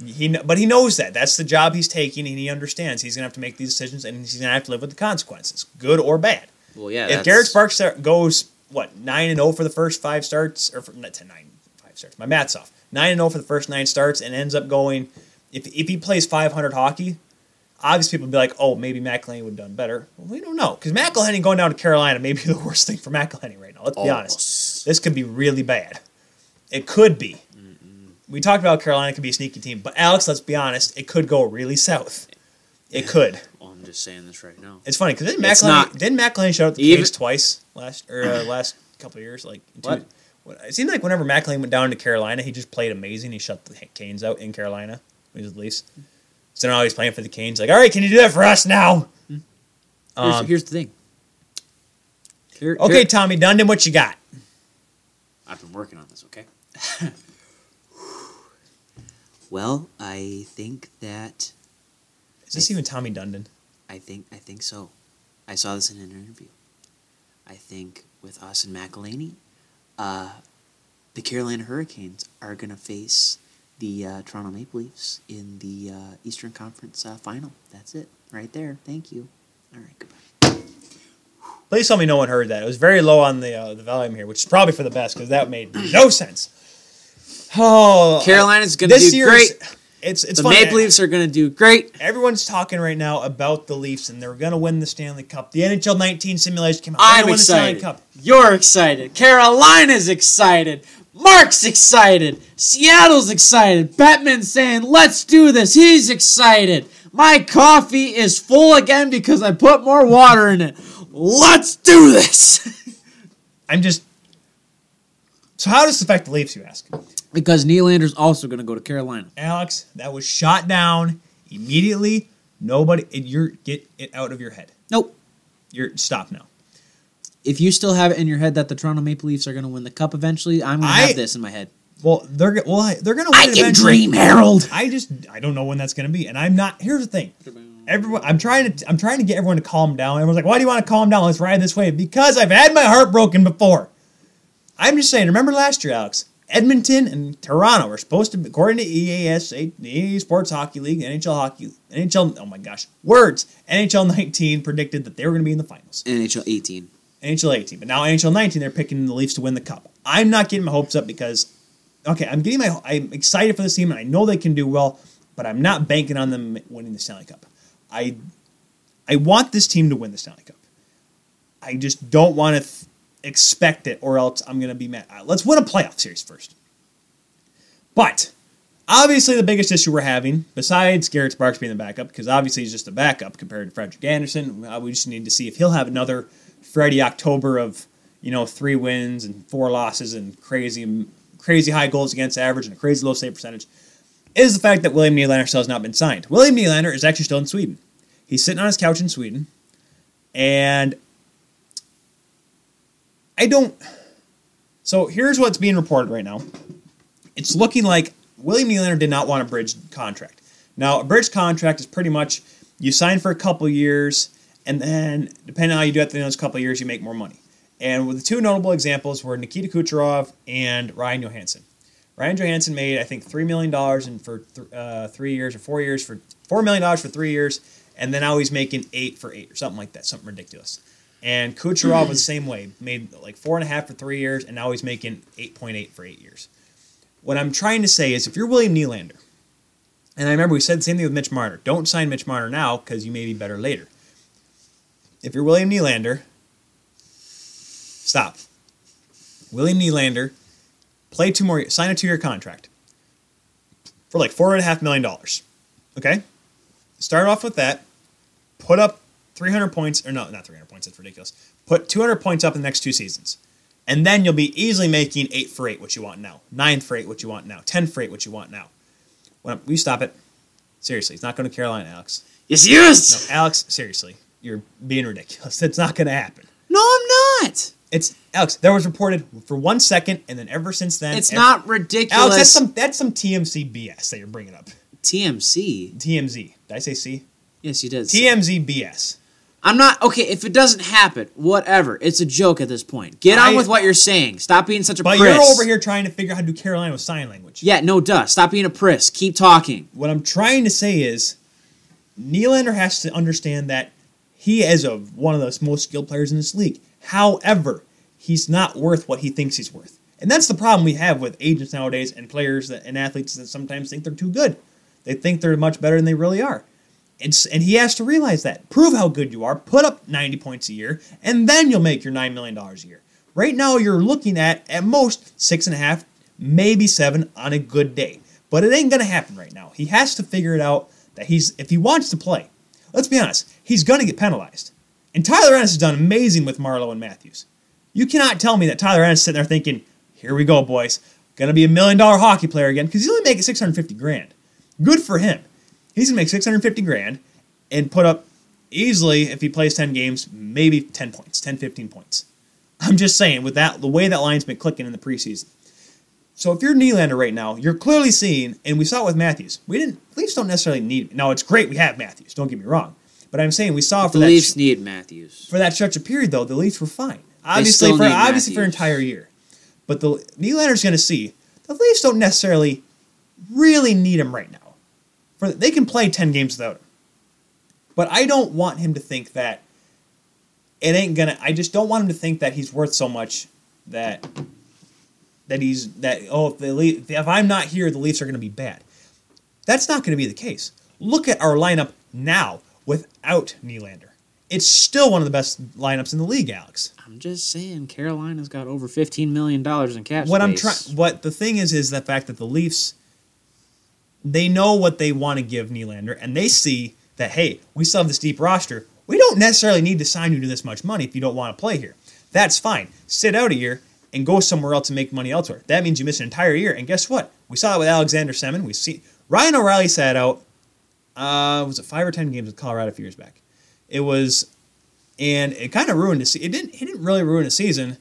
Speaker 2: He kn- but he knows that that's the job he's taking, and he understands he's going to have to make these decisions, and he's going to have to live with the consequences, good or bad
Speaker 1: Well, yeah.
Speaker 2: if
Speaker 1: that's-
Speaker 2: Garrett Sparks there- goes what nine and zero for the first five starts, or for, not to nine five starts, my math's off. Nine and zero for the first nine starts, and ends up going. If if he plays five hundred hockey, obviously people would be like, oh, maybe McElhinney would have done better. Well, we don't know because McElhinney going down to Carolina may be the worst thing for McElhinney right now. Let's
Speaker 1: Oh.
Speaker 2: be honest,
Speaker 1: Almost.
Speaker 2: this could be really bad. It could be. We talked about Carolina could be a sneaky team, but Alex, let's be honest, it could go really south. It could.
Speaker 1: Well, I'm just saying this right now.
Speaker 2: It's funny because didn't
Speaker 1: It's
Speaker 2: McElhinney
Speaker 1: not.
Speaker 2: didn't McElhinney shut out the
Speaker 1: Even-
Speaker 2: Kings twice last or uh, last couple of years? Like in two-
Speaker 1: What?
Speaker 2: what- It seemed like whenever McElhinney went down to Carolina, he just played amazing. He shut the Canes out in Carolina. He was the Leafs. So now he's playing for the Canes. Like, all right, can you do that for us now?
Speaker 1: Hmm. Here's,
Speaker 2: Um,
Speaker 1: here's the thing. Here-
Speaker 2: okay,
Speaker 1: here-
Speaker 2: Tommy Dundon, what you got?
Speaker 1: I've been working on this, okay? well, I think that
Speaker 2: Is this even Tommy Dundon?
Speaker 1: I think I think so. I saw this in an interview. I think with us and McElhaney, uh, the Carolina Hurricanes are going to face the uh, Toronto Maple Leafs in the uh, Eastern Conference uh, final. That's it, right there. Thank you. All right, goodbye.
Speaker 2: Please tell me no one heard that. It was very low on the uh, the volume here, which is probably for the best because that made no sense. Oh,
Speaker 1: Carolina's gonna do
Speaker 2: year's-
Speaker 1: great.
Speaker 2: It's it's
Speaker 1: the
Speaker 2: funny.
Speaker 1: Maple Leafs are going to do great.
Speaker 2: Everyone's talking right now about the Leafs and they're going to win the Stanley Cup. The NHL 19 simulation came out. They're
Speaker 1: I'm
Speaker 2: gonna win the Stanley
Speaker 1: excited. You're excited. Carolina's excited. Mark's excited. Seattle's excited. Batman's saying, let's do this. He's excited. My coffee is full again because I put more water in it. Let's do this.
Speaker 2: I'm just. So, how does this affect the Leafs, you ask?
Speaker 1: because Nylander's also going to go to Carolina.
Speaker 2: Alex, that was shot down immediately. Nobody. It, you're, get it out of your head.
Speaker 1: Nope.
Speaker 2: You're Stop now.
Speaker 1: If you still have it in your head that the Toronto Maple Leafs are going to win the cup eventually, I'm going to
Speaker 2: I-
Speaker 1: have this in my head.
Speaker 2: Well, they're, g- well, they're going to
Speaker 1: I
Speaker 2: win
Speaker 1: can
Speaker 2: eventually.
Speaker 1: dream, Harold.
Speaker 2: I just I don't know when that's going to be, and I'm not. Here's the thing, everyone. I'm trying to I'm trying to get everyone to calm down. Everyone's like, "Why do you want to calm down? Let's ride this wave." Because I've had my heart broken before. I'm just saying. Remember last year, Alex? Edmonton and Toronto were supposed to, be, according to E EAS, the EA Sports Hockey League, NHL hockey, NHL. Oh my gosh, words! NHL 19 predicted that they were going to be in the finals.
Speaker 1: NHL 18.
Speaker 2: NHL 18, but now NHL 19, they're picking the Leafs to win the cup. I'm not getting my hopes up because, okay, I'm getting my, I'm excited for this team and I know they can do well, but I'm not banking on them winning the Stanley Cup. I, I want this team to win the Stanley Cup. I just don't want to th- expect it, or else I'm going to be mad. Uh, Let's win a playoff series first. But obviously, the biggest issue we're having, besides Garrett Sparks being the backup, because obviously he's just a backup compared to Frederick Anderson, uh, we just need to see if he'll have another Freddie October of you know three wins and four losses and crazy, crazy high goals against average and a crazy low save percentage. Is the fact that William Nylander still has not been signed. William Nylander is actually still in Sweden. He's sitting on his couch in Sweden, and I don't. So here's what's being reported right now. It's looking like William Nylander did not want a bridge contract. Now, a bridge contract is pretty much you sign for a couple years, and then depending on how you do at the end of those couple years, you make more money. And with the two notable examples were Nikita Kucherov and Ryan Johansson. Ryan Johansson made I think three million dollars and for th- uh, three years or four years for four million dollars for three years, and then now he's making eight for eight or something like that, something ridiculous. And Kucherov was the same way. Made like four and a half for three years, and now he's making eight point eight for eight years. What I'm trying to say is, if you're William Nylander, and I remember we said the same thing with Mitch Marner. Don't sign Mitch Marner now because you may be better later. If you're William Nylander, stop. William Nylander, play two more, sign a two-year contract for like four and a half million dollars. Okay, start off with that. Put up 300 points, or no, not 300 points. That's ridiculous. Put 200 points up in the next two seasons, and then you'll be easily making eight for eight what you want now, nine for eight what you want now, ten for eight what you want now. When we stop it, seriously, it's not going to Carolina, Alex.
Speaker 1: Yes, yes.
Speaker 2: No, Alex, seriously, you're being ridiculous. That's not going to happen.
Speaker 1: No, I'm not.
Speaker 2: It's Alex. That was reported for one second, and then ever since then,
Speaker 1: It's
Speaker 2: ev-
Speaker 1: not ridiculous.
Speaker 2: Alex, that's some that's some TMC BS that you're bringing up.
Speaker 1: TMC.
Speaker 2: TMZ. Did I say C?
Speaker 1: Yes, you did.
Speaker 2: TMZ BS.
Speaker 1: I'm not okay. If it doesn't happen, whatever. It's a joke at this point. Get on
Speaker 2: I-
Speaker 1: with what you're saying. Stop being such a
Speaker 2: But
Speaker 1: priss.
Speaker 2: you're over here trying to figure out how to do Carolina with sign language.
Speaker 1: Yeah, no duh. Stop being a priss. Keep talking.
Speaker 2: What I'm trying to say is, Nylander has to understand that he is a, one of the most skilled players in this league. However, he's not worth what he thinks he's worth, and that's the problem we have with agents nowadays and players that, and athletes that sometimes think they're too good. They think they're much better than they really are. It's, and he has to realize that. Prove how good you are. Put up 90 points a year, and then you'll make your $9 million a year. Right now, you're looking at at most six and a half, maybe seven on a good day. But it ain't going to happen right now. He has to figure it out that he's, if he wants to play, let's be honest, he's going to get penalized. And Tyler Ennis has done amazing with Marlowe and Matthews. You cannot tell me that Tyler Ennis is sitting there thinking, here we go, boys. Gonna be a million dollar hockey player again, because he's only making 650 grand. Good for him. He's gonna make 650 grand and put up easily, if he plays 10 games, maybe 10 points, 10, 15 points. I'm just saying, with that the way that line's been clicking in the preseason. So if you're Nylander right now, you're clearly seeing, and we saw it with Matthews. We didn't Leafs don't necessarily need now it's great we have Matthews, don't get me wrong. But I'm saying we saw for
Speaker 1: The
Speaker 2: that
Speaker 1: Leafs need Matthews.
Speaker 2: for that stretch of period, though, the Leafs were fine. Obviously,
Speaker 1: still
Speaker 2: for
Speaker 1: need
Speaker 2: obviously for an
Speaker 1: Matthews.
Speaker 2: entire year, but the Nylander's going to see the Leafs don't necessarily really need him right now. For they can play ten games without him, but I don't want him to think that it ain't gonna. I just don't want him to think that he's worth so much that that he's that oh if the Leaf, if I'm not here, the Leafs are going to be bad. That's not going to be the case. Look at our lineup now without Nylander. It's still one of the best lineups in the league, Alex.
Speaker 1: I'm just saying, Carolina's got over 15 million dollars in cap
Speaker 2: What I'm trying,
Speaker 1: space.
Speaker 2: what the thing is, is the fact that the Leafs, they know what they want to give Nylander, and they see that hey, we still have this deep roster. We don't necessarily need to sign you to this much money if you don't want to play here. That's fine. Sit out a year and go somewhere else and make money elsewhere. That means you miss an entire year. And guess what? We saw it with Alexander Semin. We see Ryan O'Reilly sat out. Uh, was it five or ten games with Colorado a few years back? It was, and it kind of ruined his. se- It didn't. He didn't really ruin his season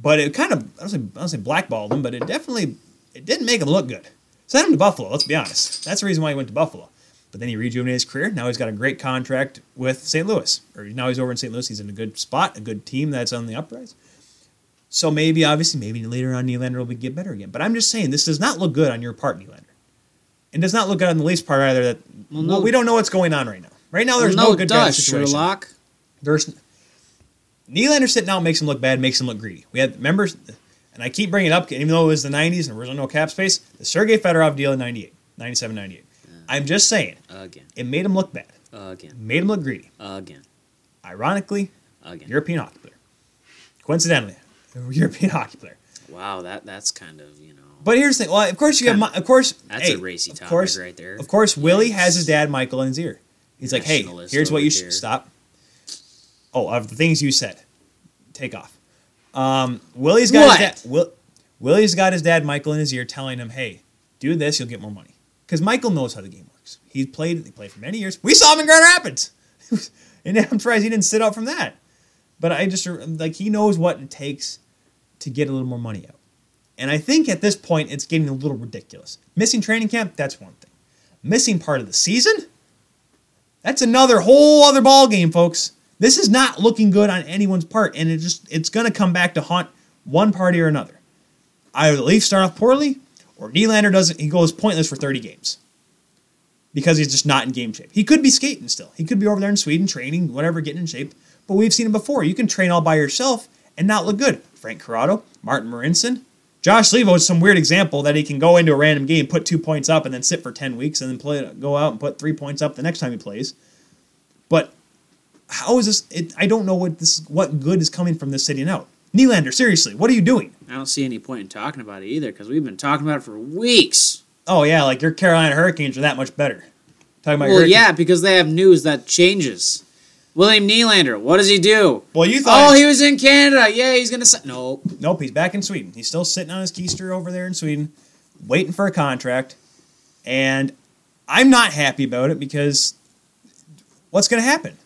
Speaker 2: but it kind of I don't say I don't say blackballed him, but it definitely it didn't make him look good. Sent him to Buffalo. Let's be honest. That's the reason why he went to Buffalo. But then he rejuvenated his career. Now he's got a great contract with St. Louis, or now he's over in St. Louis. He's in a good spot, a good team that's on the uprise. So maybe, obviously, maybe later on Nylander will be- get better again. But I'm just saying this does not look good on your part, Nylander. It does not look good on the Leafs' part either. That well,
Speaker 1: no-
Speaker 2: we don't know what's going on right now. Right now, there's no,
Speaker 1: no
Speaker 2: good
Speaker 1: duh,
Speaker 2: guy situation.
Speaker 1: Sherlock.
Speaker 2: There's Nylander sitting out makes him look bad, makes him look greedy. We had remember, and I keep bringing it up, even though it was the '90s and there was no cap space. The Sergei Fedorov deal in '98, '97, '98. I'm just saying,
Speaker 1: Again,
Speaker 2: it made him look bad,
Speaker 1: again,
Speaker 2: made him look greedy.
Speaker 1: again,
Speaker 2: Ironically,
Speaker 1: again.
Speaker 2: European hockey player. Coincidentally, a European hockey player.
Speaker 1: wow, that that's kind of you know.
Speaker 2: But here's the thing. Well, of course you have.
Speaker 1: Kinda-
Speaker 2: Mi- Of course,
Speaker 1: That's
Speaker 2: hey,
Speaker 1: a racy
Speaker 2: of
Speaker 1: topic
Speaker 2: course,
Speaker 1: right there.
Speaker 2: Of course, Willie
Speaker 1: Yikes.
Speaker 2: has his dad Michael in his ear. He's like, "Hey,
Speaker 1: Nationalist
Speaker 2: here's what
Speaker 1: over
Speaker 2: you
Speaker 1: here.
Speaker 2: should stop." Oh, of the things you said, take off. Um, Willie's got
Speaker 1: What?
Speaker 2: his dad. Will, Willie's got his dad Michael in his ear, telling him, "Hey, do this, you'll get more money." Because Michael knows how the game works. He's played. He played for many years. We saw him in Grand Rapids, and I'm surprised he didn't sit out from that. But I just like he knows what it takes to get a little more money out. And I think at this point, it's getting a little ridiculous. Missing training camp, that's one thing. Missing part of the season, that's another whole other ball game, folks. This is not looking good on anyone's part, and it just it's going to come back to haunt one party or another. Either the Leafs start off poorly, or Nylander doesn't. He goes pointless for thirty games because he's just not in game shape. He could be skating still. He could be over there in Sweden training, whatever, getting in shape. But we've seen it before. You can train all by yourself and not look good. Frank Corrado, Martin Marinson. Josh Levo is some weird example that he can go into a random game, put two points up, and then sit for 10 weeks and then play, go out and put three points up the next time he plays. But how is this? It, I don't know what this what good is coming from this sitting out. Nylander, seriously, what are you doing?
Speaker 1: I don't see any point in talking about it either because we've been talking about it for weeks.
Speaker 2: Oh yeah, like your Carolina Hurricanes are that much better. Talking about
Speaker 1: Well,
Speaker 2: Hurricanes-
Speaker 1: yeah, because they have news that changes. William Nylander, what does he do?
Speaker 2: Well, you thought
Speaker 1: Oh, he was in Canada. Yeah, he's gonna. Si- no,
Speaker 2: Nope, he's back in Sweden. He's still sitting on his keister over there in Sweden, waiting for a contract. And I'm not happy about it because what's going to happen?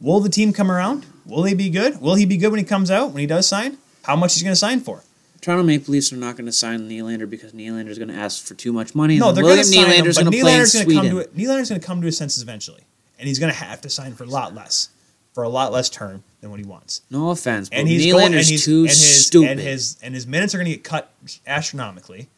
Speaker 2: Will the team come around? Will they be good? Will he be good when he comes out, when he does sign? How much he's going to sign for?
Speaker 1: Toronto Maple Leafs are not going to sign Nylander because Nylander's going to ask for too much money.
Speaker 2: No,
Speaker 1: and
Speaker 2: they're
Speaker 1: then
Speaker 2: going to
Speaker 1: William
Speaker 2: sign him,
Speaker 1: Nylander's
Speaker 2: but
Speaker 1: going to play in
Speaker 2: Nylander's going to come
Speaker 1: Sweden.
Speaker 2: to it. Nylander's going to come to his senses eventually, and he's going to have to sign for a lot less, for a lot less term than what he wants.
Speaker 1: No offense, but
Speaker 2: and he's
Speaker 1: Nylander's
Speaker 2: going, and he's,
Speaker 1: too
Speaker 2: and his,
Speaker 1: stupid.
Speaker 2: And his and his minutes are going to get cut astronomically.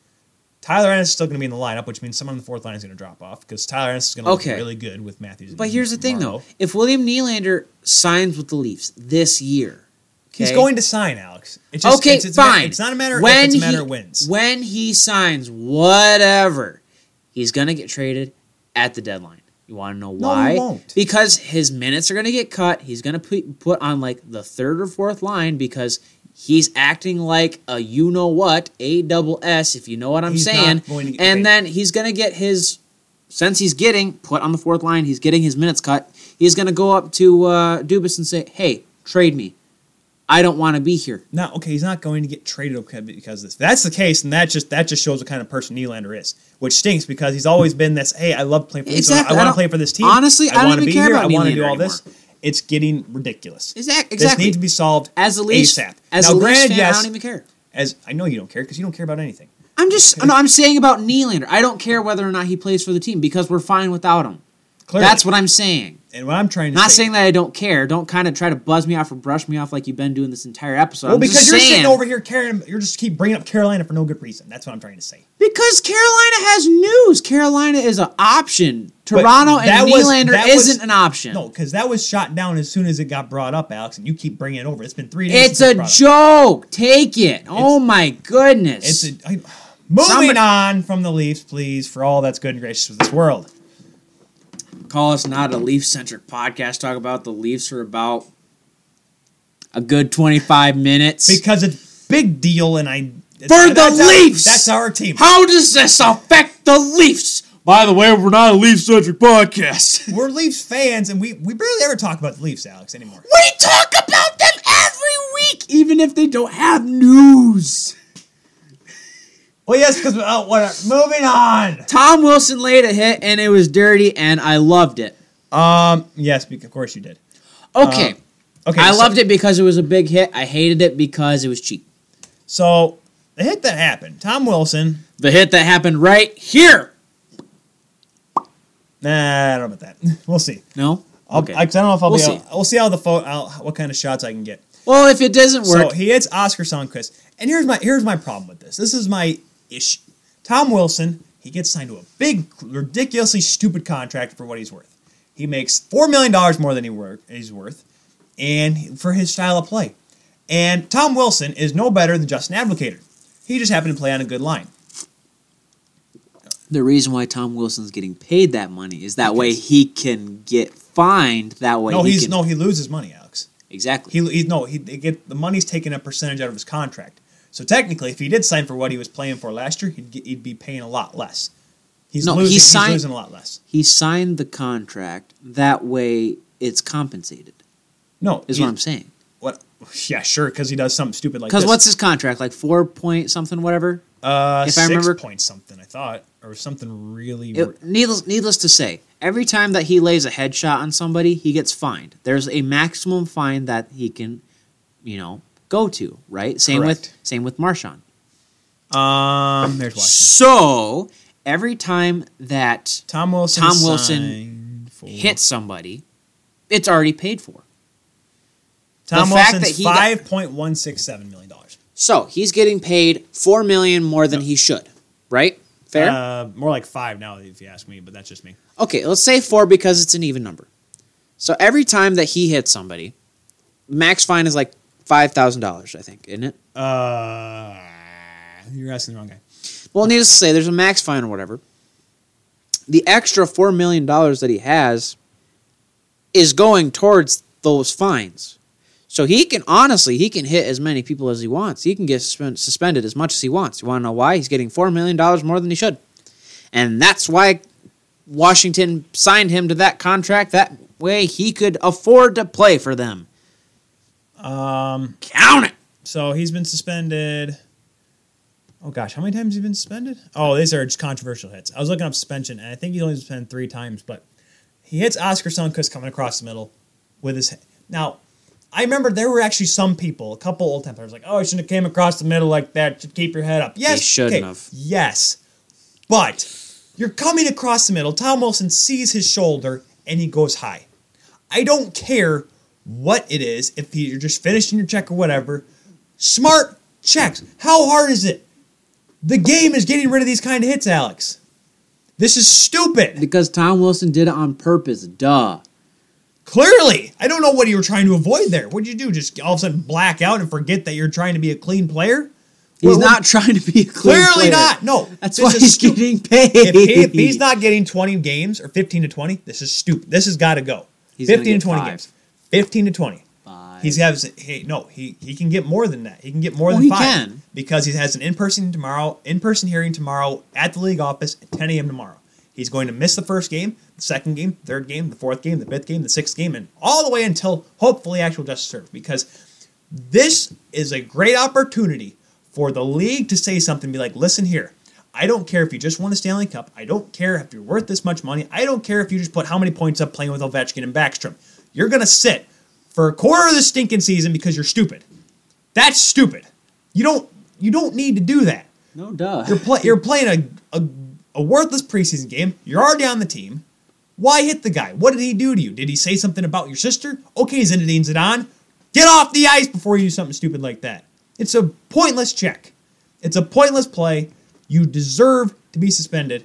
Speaker 2: Tyler Ennis is still going to be in the lineup, which means someone on the fourth line is going to drop off because Tyler Ennis is going to
Speaker 1: Okay.
Speaker 2: look really good with Matthews.
Speaker 1: but
Speaker 2: and
Speaker 1: here's the thing,
Speaker 2: Marlowe.
Speaker 1: though: if William Nylander signs with the Leafs this year, okay,
Speaker 2: he's going to sign, Alex. It's just,
Speaker 1: okay,
Speaker 2: it's, it's a ma-
Speaker 1: fine.
Speaker 2: it's not a
Speaker 1: when
Speaker 2: matter. When it's a
Speaker 1: he-
Speaker 2: matter of wins.
Speaker 1: When he signs, whatever, he's going to get traded at the deadline. You want to know
Speaker 2: he
Speaker 1: why?
Speaker 2: won't.
Speaker 1: Because his minutes are going to get cut. He's going to put put on like the third or fourth line because he's acting like a you know what, a double S, if you know what I'm
Speaker 2: He's not
Speaker 1: saying.
Speaker 2: going to get
Speaker 1: and
Speaker 2: paid.
Speaker 1: then he's going to get his since he's getting put on the fourth line, he's getting his minutes cut. He's going to go up to uh, Dubas and say, "Hey, trade me. I don't want to be here."
Speaker 2: Not okay. He's not going to get traded okay because of this. If that's the case, and that just that just shows what kind of person Nylander is, which stinks because he's always been this. Hey, I love playing for this.
Speaker 1: Exactly.
Speaker 2: I
Speaker 1: I
Speaker 2: want to
Speaker 1: don't-
Speaker 2: play for this team.
Speaker 1: honestly, I don't
Speaker 2: wanna
Speaker 1: even care about
Speaker 2: I wanna
Speaker 1: Nylander
Speaker 2: do all this. It's getting ridiculous.
Speaker 1: Is that
Speaker 2: This
Speaker 1: exactly?
Speaker 2: needs to be solved
Speaker 1: As a Leafs,
Speaker 2: ASAP.
Speaker 1: as a
Speaker 2: now,
Speaker 1: Leafs
Speaker 2: granted,
Speaker 1: fan,
Speaker 2: yes,
Speaker 1: I don't even care.
Speaker 2: as I know you don't care because you don't care about anything.
Speaker 1: I'm just no. I'm saying about Nylander. I don't care whether or not he plays for the team because we're fine without him.
Speaker 2: Clearly,
Speaker 1: That's what I'm saying.
Speaker 2: and what I'm trying to
Speaker 1: Not
Speaker 2: say.
Speaker 1: saying that I don't care. Don't kind of try to buzz me off or brush me off like you've been doing this entire episode.
Speaker 2: Well,
Speaker 1: I'm
Speaker 2: because
Speaker 1: just
Speaker 2: you're
Speaker 1: saying,
Speaker 2: sitting over here, Karen. You're just keep bringing up Carolina for no good reason. That's what I'm trying to say.
Speaker 1: Because Carolina has news. Carolina is an option.
Speaker 2: But
Speaker 1: Toronto
Speaker 2: that
Speaker 1: and
Speaker 2: was-
Speaker 1: Nylander
Speaker 2: that was-
Speaker 1: isn't an option.
Speaker 2: No, because that was shot down as soon as it got brought up, Alex, and you keep bringing it over. It's been three days.
Speaker 1: It's
Speaker 2: since
Speaker 1: a
Speaker 2: brought up.
Speaker 1: joke. Take it. oh my goodness.
Speaker 2: It's a. I, moving
Speaker 1: Somebody-
Speaker 2: on from the Leafs, please, for all that's good and gracious of this world.
Speaker 1: call us not a Leaf centric podcast. Talk about the Leafs for about a good 25 minutes.
Speaker 2: Because it's big deal, and I. it's-
Speaker 1: For the
Speaker 2: that's our-
Speaker 1: Leafs!
Speaker 2: that's our team.
Speaker 1: How does this affect the Leafs? By the way, we're not a Leaf centric podcast.
Speaker 2: We're Leafs fans, and we, we barely ever talk about the Leafs, Alex, anymore.
Speaker 1: we talk about them every week, even if they don't have news.
Speaker 2: Well, yes, because oh, what? Moving on.
Speaker 1: Tom Wilson laid a hit and it was dirty and I loved it.
Speaker 2: Um. Yes, bec- of course you did.
Speaker 1: Uh, Okay.
Speaker 2: Okay.
Speaker 1: I
Speaker 2: so-
Speaker 1: loved it because it was a big hit. I hated it because it was cheap.
Speaker 2: So the hit that happened, Tom Wilson.
Speaker 1: The hit that happened right here.
Speaker 2: Nah, I don't know about that. We'll see.
Speaker 1: No?
Speaker 2: I'll, I, 'cause I don't know if I'll
Speaker 1: We'll
Speaker 2: be.
Speaker 1: see.
Speaker 2: Able, we'll see how the photo. I'll, what kind of shots I can get.
Speaker 1: Well, if it doesn't work,
Speaker 2: So he hits Oscar Sundquist, and here's my here's my problem with this. This is my issue. Tom Wilson. He gets signed to a big, ridiculously stupid contract for what he's worth. He makes four million dollars more than he work, he's worth, and for his style of play. And Tom Wilson is no better than Justin Advocator. He just happened to play on a good line.
Speaker 1: the reason why Tom Wilson's getting paid that money is that way he can get fined. That way,
Speaker 2: No,
Speaker 1: he
Speaker 2: he's
Speaker 1: can,
Speaker 2: no, he loses money, Alex.
Speaker 1: exactly.
Speaker 2: He, he no, he they get the money's taking a percentage out of his contract. So technically, if he did sign for what he was playing for last year, he'd, get, he'd be paying a lot less. He's
Speaker 1: No, he
Speaker 2: losing. he's
Speaker 1: signed-
Speaker 2: losing a lot less.
Speaker 1: he signed the contract. That way, it's compensated.
Speaker 2: No,
Speaker 1: Is
Speaker 2: he-
Speaker 1: what I'm saying.
Speaker 2: What? Yeah, sure, because he does something stupid like.
Speaker 1: Because
Speaker 2: this.
Speaker 1: what's his contract like? Four point something, whatever.
Speaker 2: uh,
Speaker 1: if I
Speaker 2: six
Speaker 1: remember-
Speaker 2: point something? I thought or something really.
Speaker 1: It- needless, needless to say, every time that he lays a headshot on somebody, he gets fined. There's a maximum fine that he can, you know, go to. Right. Same
Speaker 2: Correct.
Speaker 1: with same with Marshawn.
Speaker 2: um, there's Washington.
Speaker 1: So every time that
Speaker 2: Tom Wilson.
Speaker 1: Tom Wilson
Speaker 2: signed for-
Speaker 1: hit somebody, it's already paid for.
Speaker 2: Tom
Speaker 1: the fact
Speaker 2: Wilson's
Speaker 1: that he got-
Speaker 2: five point one six seven million dollars.
Speaker 1: So he's getting paid four million more than he should, right? Fair.
Speaker 2: Uh, more like five now, if you ask me. But that's just me.
Speaker 1: okay, let's say four because it's an even number. So every time that he hits somebody, max fine is like five thousand dollars, I think, isn't it?
Speaker 2: Uh, you're asking the wrong guy.
Speaker 1: Well, needless to say, there's a max fine or whatever. The extra four million dollars that he has is going towards those fines. So he can honestly, he can hit as many people as he wants. He can get suspen- suspended as much as he wants. You want to know why? He's getting four million dollars more than he should, and that's why Washington signed him to that contract. That way, he could afford to play for them.
Speaker 2: Um,
Speaker 1: Count it.
Speaker 2: so he's been suspended. Oh gosh, how many times has he been suspended? Oh, these are just controversial hits. I was looking up suspension, and I think he's only been suspended three times. But he hits Oscar Sunkus coming across the middle with his he- now. I remember there were actually some people, a couple old timers, like, "Oh, I shouldn't have came across the middle like that. Should keep your head up." Yes,
Speaker 1: shouldn't have.
Speaker 2: Yes, but you're coming across the middle. Tom Wilson sees his shoulder and he goes high. I don't care what it is, if you're just finishing your check or whatever. Smart checks. How hard is it? The game is getting rid of these kind of hits, Alex. This is stupid.
Speaker 1: Because Tom Wilson did it on purpose. Duh.
Speaker 2: Clearly, I don't know what you were trying to avoid there. What'd you do? Just all of a sudden black out and forget that you're trying to be a clean player?
Speaker 1: He's
Speaker 2: Well,
Speaker 1: not trying to be a clean
Speaker 2: Clearly
Speaker 1: player.
Speaker 2: not. No.
Speaker 1: That's
Speaker 2: This
Speaker 1: why
Speaker 2: is
Speaker 1: he's
Speaker 2: stu-
Speaker 1: getting paid.
Speaker 2: if, he, if he's not getting 20 games or 15 to 20, this is stupid. This has got to go.
Speaker 1: He's gonna
Speaker 2: 15 to
Speaker 1: get
Speaker 2: 20
Speaker 1: five.
Speaker 2: games. 15 to 20.
Speaker 1: Five.
Speaker 2: He's has hey no he he can get more than that. He can get more
Speaker 1: Well,
Speaker 2: than
Speaker 1: he
Speaker 2: five
Speaker 1: can.
Speaker 2: because he has an in person tomorrow in person hearing tomorrow at the league office at 10 a.m. tomorrow. He's going to miss the first game, the second game, third game, the fourth game, the fifth game, the sixth game, and all the way until hopefully actual justice served because this is a great opportunity for the league to say something. Be like, listen here. I don't care if you just won a Stanley Cup. I don't care if you're worth this much money. I don't care if you just put how many points up playing with Ovechkin and Backstrom. You're gonna sit for a quarter of the stinking season because you're stupid. That's stupid. You don't you don't need to do that.
Speaker 1: no duh.
Speaker 2: You're play, you're playing a, a a worthless preseason game. You're already on the team. Why hit the guy? What did he do to you? Did he say something about your sister? Okay, Zinedine Zidane, get off the ice before you do something stupid like that. It's a pointless check. It's a pointless play. You deserve to be suspended.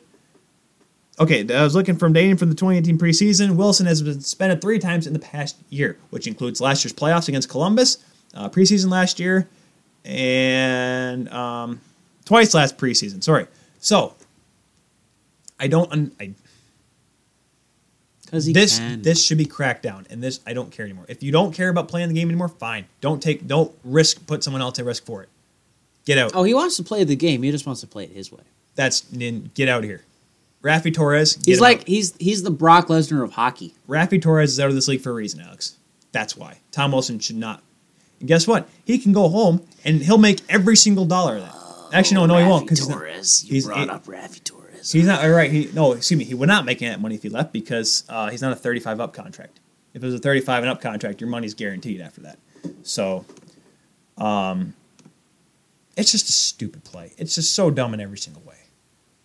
Speaker 2: Okay, I was looking from dating from the 2018 preseason. Wilson has been suspended three times in the past year, which includes last year's playoffs against Columbus, uh, preseason last year, and um, twice last preseason. Sorry. So I don't. Un- I,
Speaker 1: Because he
Speaker 2: this
Speaker 1: can.
Speaker 2: this should be cracked down, and this I don't care anymore. If you don't care about playing the game anymore, fine. Don't take. Don't risk. Put someone else at risk for it. Get out.
Speaker 1: oh, he wants to play the game. He just wants to play it his way.
Speaker 2: That's nin- get out of here. Rafi Torres. Get
Speaker 1: He's
Speaker 2: him
Speaker 1: like
Speaker 2: out.
Speaker 1: he's he's the Brock Lesnar of hockey.
Speaker 2: Rafi Torres is out of this league for a reason, Alex. That's why Tom Wilson should not. And guess what? He can go home and he'll make every single dollar of that. Actually, Oh, no, no, he won't. 'cause he's not-
Speaker 1: Oh, Torres.
Speaker 2: he's-
Speaker 1: you brought
Speaker 2: he-
Speaker 1: up Rafi Torres.
Speaker 2: So he's not all right. He no, excuse me. He would not make that money if he left because uh, he's not a thirty-five up contract. If it was a thirty-five and up contract, your money's guaranteed after that. So, um, it's just a stupid play. It's just so dumb in every single way.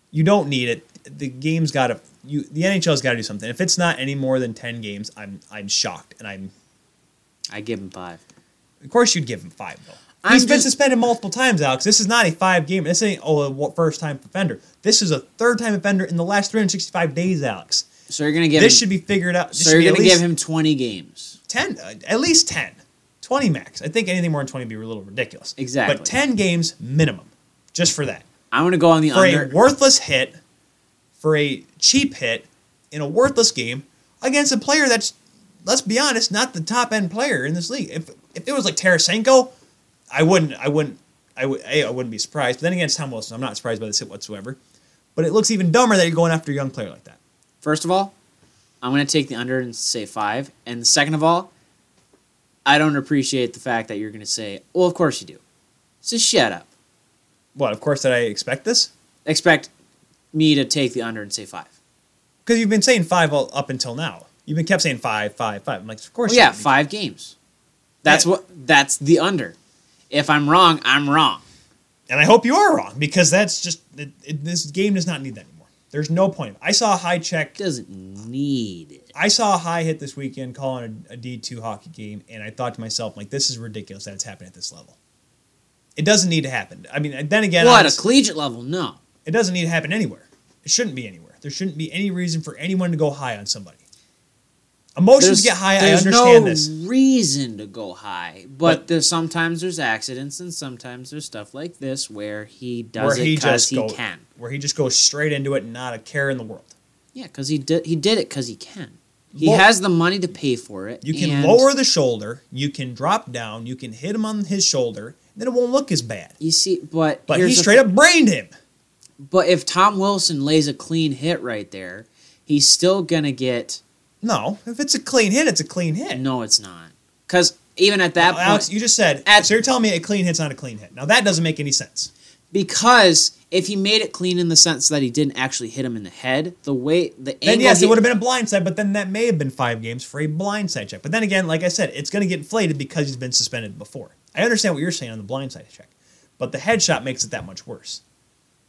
Speaker 2: You don't need it. The game's got to. You the NHL's got to do something. If it's not any more than ten games, I'm I'm shocked, and I'm
Speaker 1: I give him five.
Speaker 2: of course, you'd give him five though.
Speaker 1: I'm
Speaker 2: He's been
Speaker 1: just-
Speaker 2: suspended multiple times, Alex. This is not a five game. This ain't oh a wa- first time offender. This is a third time offender in the last 365 days, Alex.
Speaker 1: So you're gonna give
Speaker 2: this
Speaker 1: him,
Speaker 2: should be figured out. This
Speaker 1: so
Speaker 2: should
Speaker 1: you're
Speaker 2: be at
Speaker 1: gonna
Speaker 2: least
Speaker 1: give him twenty games.
Speaker 2: 10, uh, at least 10, 20 max. I think anything more than 20 would be a little ridiculous.
Speaker 1: Exactly.
Speaker 2: But 10 games minimum, just for that,
Speaker 1: I'm gonna go on the
Speaker 2: for a
Speaker 1: under.
Speaker 2: worthless hit, for a cheap hit in a worthless game against a player that's, let's be honest, not the top end player in this league. If if it was like Tarasenko, I wouldn't. I wouldn't. I would. A, I wouldn't be surprised. But then again, it's Tom Wilson. I'm not surprised by this hit whatsoever. But it looks even dumber that you're going after a young player like that.
Speaker 1: First of all, I'm gonna take the under and say five. And second of all, I don't appreciate the fact that you're gonna say, "Well, of course you do." So shut up.
Speaker 2: What? Of course, did I expect this?
Speaker 1: Expect me to take the under and say five.
Speaker 2: Because you've been saying five all, up until now. You've been kept saying five, five, five. I'm like, of course.
Speaker 1: Well, Oh, yeah,
Speaker 2: you-
Speaker 1: five games. That's
Speaker 2: Yeah.
Speaker 1: what. That's the under. If I'm wrong, I'm wrong.
Speaker 2: And I hope you are wrong because that's just it, it, this game does not need that anymore. There's no point. I saw a high check
Speaker 1: Doesn't need it.
Speaker 2: I saw a high hit this weekend calling a, a D2 hockey game, and I thought to myself, like, this is ridiculous that it's happening at this level. It doesn't need to happen. I mean, then again,
Speaker 1: well, at a
Speaker 2: honest-
Speaker 1: collegiate level, no.
Speaker 2: it doesn't need to happen anywhere. It shouldn't be anywhere. There shouldn't be any reason for anyone to go high on somebody. Emotions get high. I
Speaker 1: there's
Speaker 2: understand
Speaker 1: no
Speaker 2: this.
Speaker 1: reason to go high, but,
Speaker 2: But-
Speaker 1: there's sometimes there's accidents and sometimes there's stuff like this where he
Speaker 2: Where
Speaker 1: does it
Speaker 2: he
Speaker 1: 'cause
Speaker 2: just
Speaker 1: he
Speaker 2: go,
Speaker 1: can.
Speaker 2: where he just goes straight into it, and not a care in the world.
Speaker 1: Yeah, because he did he did it because he can. He
Speaker 2: Lo-
Speaker 1: has the money to pay for it.
Speaker 2: You can
Speaker 1: and
Speaker 2: lower the shoulder. You can drop down. You can hit him on his shoulder. Then it won't look as bad.
Speaker 1: You see, but
Speaker 2: But
Speaker 1: here's
Speaker 2: he
Speaker 1: the
Speaker 2: straight up brained him.
Speaker 1: But if Tom Wilson lays a clean hit right there, he's still gonna get.
Speaker 2: No, if it's a clean hit, it's a clean hit.
Speaker 1: No, it's not. Because even at that
Speaker 2: Now,
Speaker 1: point,
Speaker 2: Alex, you just said
Speaker 1: At-
Speaker 2: so. You're telling me a clean hit's not a clean hit. Now that doesn't make any sense.
Speaker 1: because if he made it clean in the sense that he didn't actually hit him in the head, the way the
Speaker 2: Then
Speaker 1: angle
Speaker 2: yes,
Speaker 1: he-
Speaker 2: it would have been a blindside, but then that may have been five games for a blindside check. But then again, like I said, it's going to get inflated because he's been suspended before. I understand what you're saying on the blindside check, but the headshot makes it that much worse.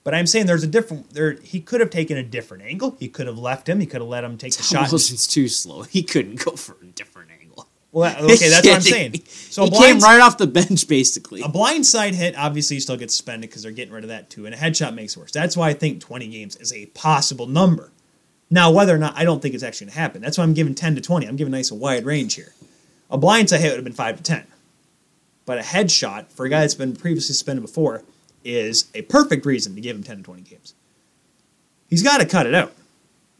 Speaker 2: But I'm saying there's a different. There, he could have taken a different angle. He could have left him. He could have let him take the
Speaker 1: Tom
Speaker 2: shot. and-
Speaker 1: Wilson's too slow. He couldn't go for a different angle.
Speaker 2: Well, okay, that's what I'm saying. So
Speaker 1: he
Speaker 2: a
Speaker 1: came
Speaker 2: blinds-
Speaker 1: right off the bench, basically.
Speaker 2: A blindside hit, obviously, you still get suspended because they're getting rid of that too, and a headshot makes it worse. That's why I think 20 games is a possible number. Now, whether or not, I don't think it's actually going to happen. That's why I'm giving 10 to 20. I'm giving nice a wide range here. A blindside hit would have been 5 to 10. But a headshot, for a guy that's been previously suspended before, is a perfect reason to give him 10 to 20 games. He's got to cut it out.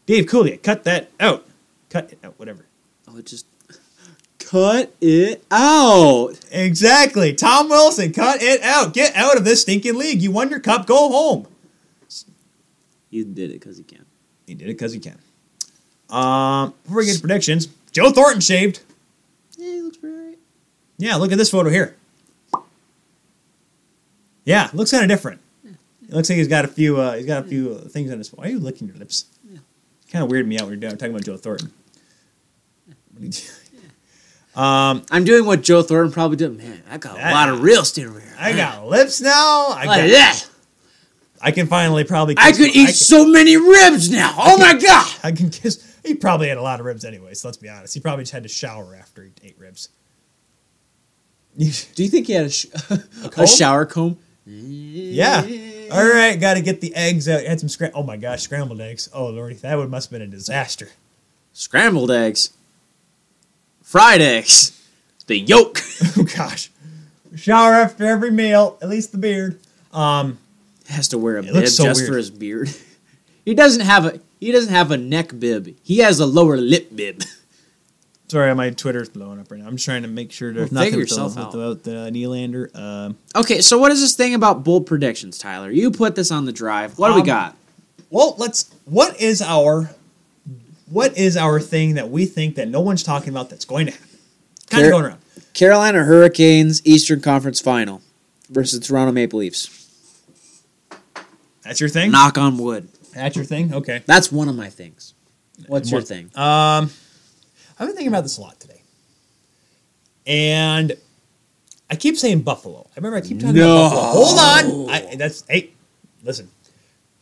Speaker 2: Dave Coulier, cut that out. Cut it out, whatever.
Speaker 1: Oh, just cut it out.
Speaker 2: Exactly. Tom Wilson, cut it out. Get out of this stinking league. You won your cup. Go home.
Speaker 1: He did it because he can.
Speaker 2: He did it because he can. Um, before we get to predictions, Joe Thornton shaved.
Speaker 1: Yeah, he looks pretty alright.
Speaker 2: Yeah, look at this photo here. Yeah, looks kind of different. It looks like he's got a few. Uh, he's got a few uh, things on his. Why are you licking your lips? Kind of weirded me out when you're talking about Joe Thornton. What did you- Um,
Speaker 1: I'm doing what Joe Thornton probably did. Man, I got a
Speaker 2: Yeah.
Speaker 1: lot of real estate over here.
Speaker 2: I got lips now. I
Speaker 1: Look at
Speaker 2: got.
Speaker 1: that.
Speaker 2: I can finally probably.
Speaker 1: I
Speaker 2: kiss-
Speaker 1: could eat so many ribs now. Oh my god.
Speaker 2: I can kiss. He probably had a lot of ribs anyway, so let's be honest. He probably just had to shower after he ate ribs.
Speaker 1: Do you think he had a, sh- a
Speaker 2: comb?
Speaker 1: shower comb?
Speaker 2: yeah. All right, got to get the eggs out. Had some scram. Oh my gosh, scrambled eggs. Oh lordy, that would must have been a disaster.
Speaker 1: Scrambled eggs. Fried eggs. The yolk.
Speaker 2: Oh gosh. Shower after every meal, at least the beard. Um,
Speaker 1: Has to wear a bib
Speaker 2: looks so
Speaker 1: just
Speaker 2: weird.
Speaker 1: for his beard. he doesn't have a he doesn't have a neck bib. He has a lower lip bib.
Speaker 2: Sorry, my Twitter's blowing up right now. I'm just trying to make sure there's
Speaker 1: Well, figure
Speaker 2: nothing with the,
Speaker 1: yourself
Speaker 2: with the,
Speaker 1: out.
Speaker 2: with the uh, Nylander. Um,
Speaker 1: Okay, so what is this thing about bold predictions, Tyler? You put this on the drive. What do we
Speaker 2: Um,
Speaker 1: got?
Speaker 2: well, let's. What is our, what is our thing that we think that no one's talking about that's going to happen? Kind
Speaker 1: There-
Speaker 2: of going around.
Speaker 1: Carolina Hurricanes Eastern Conference Final versus Toronto Maple Leafs.
Speaker 2: That's your thing.
Speaker 1: Knock on wood.
Speaker 2: That's your thing. Okay.
Speaker 1: That's one of my things. What's your
Speaker 2: What-
Speaker 1: thing?
Speaker 2: Um, I've been thinking about this a lot today, and I keep saying Buffalo. I remember I keep talking about Buffalo. Hold on, I, that's hey, listen.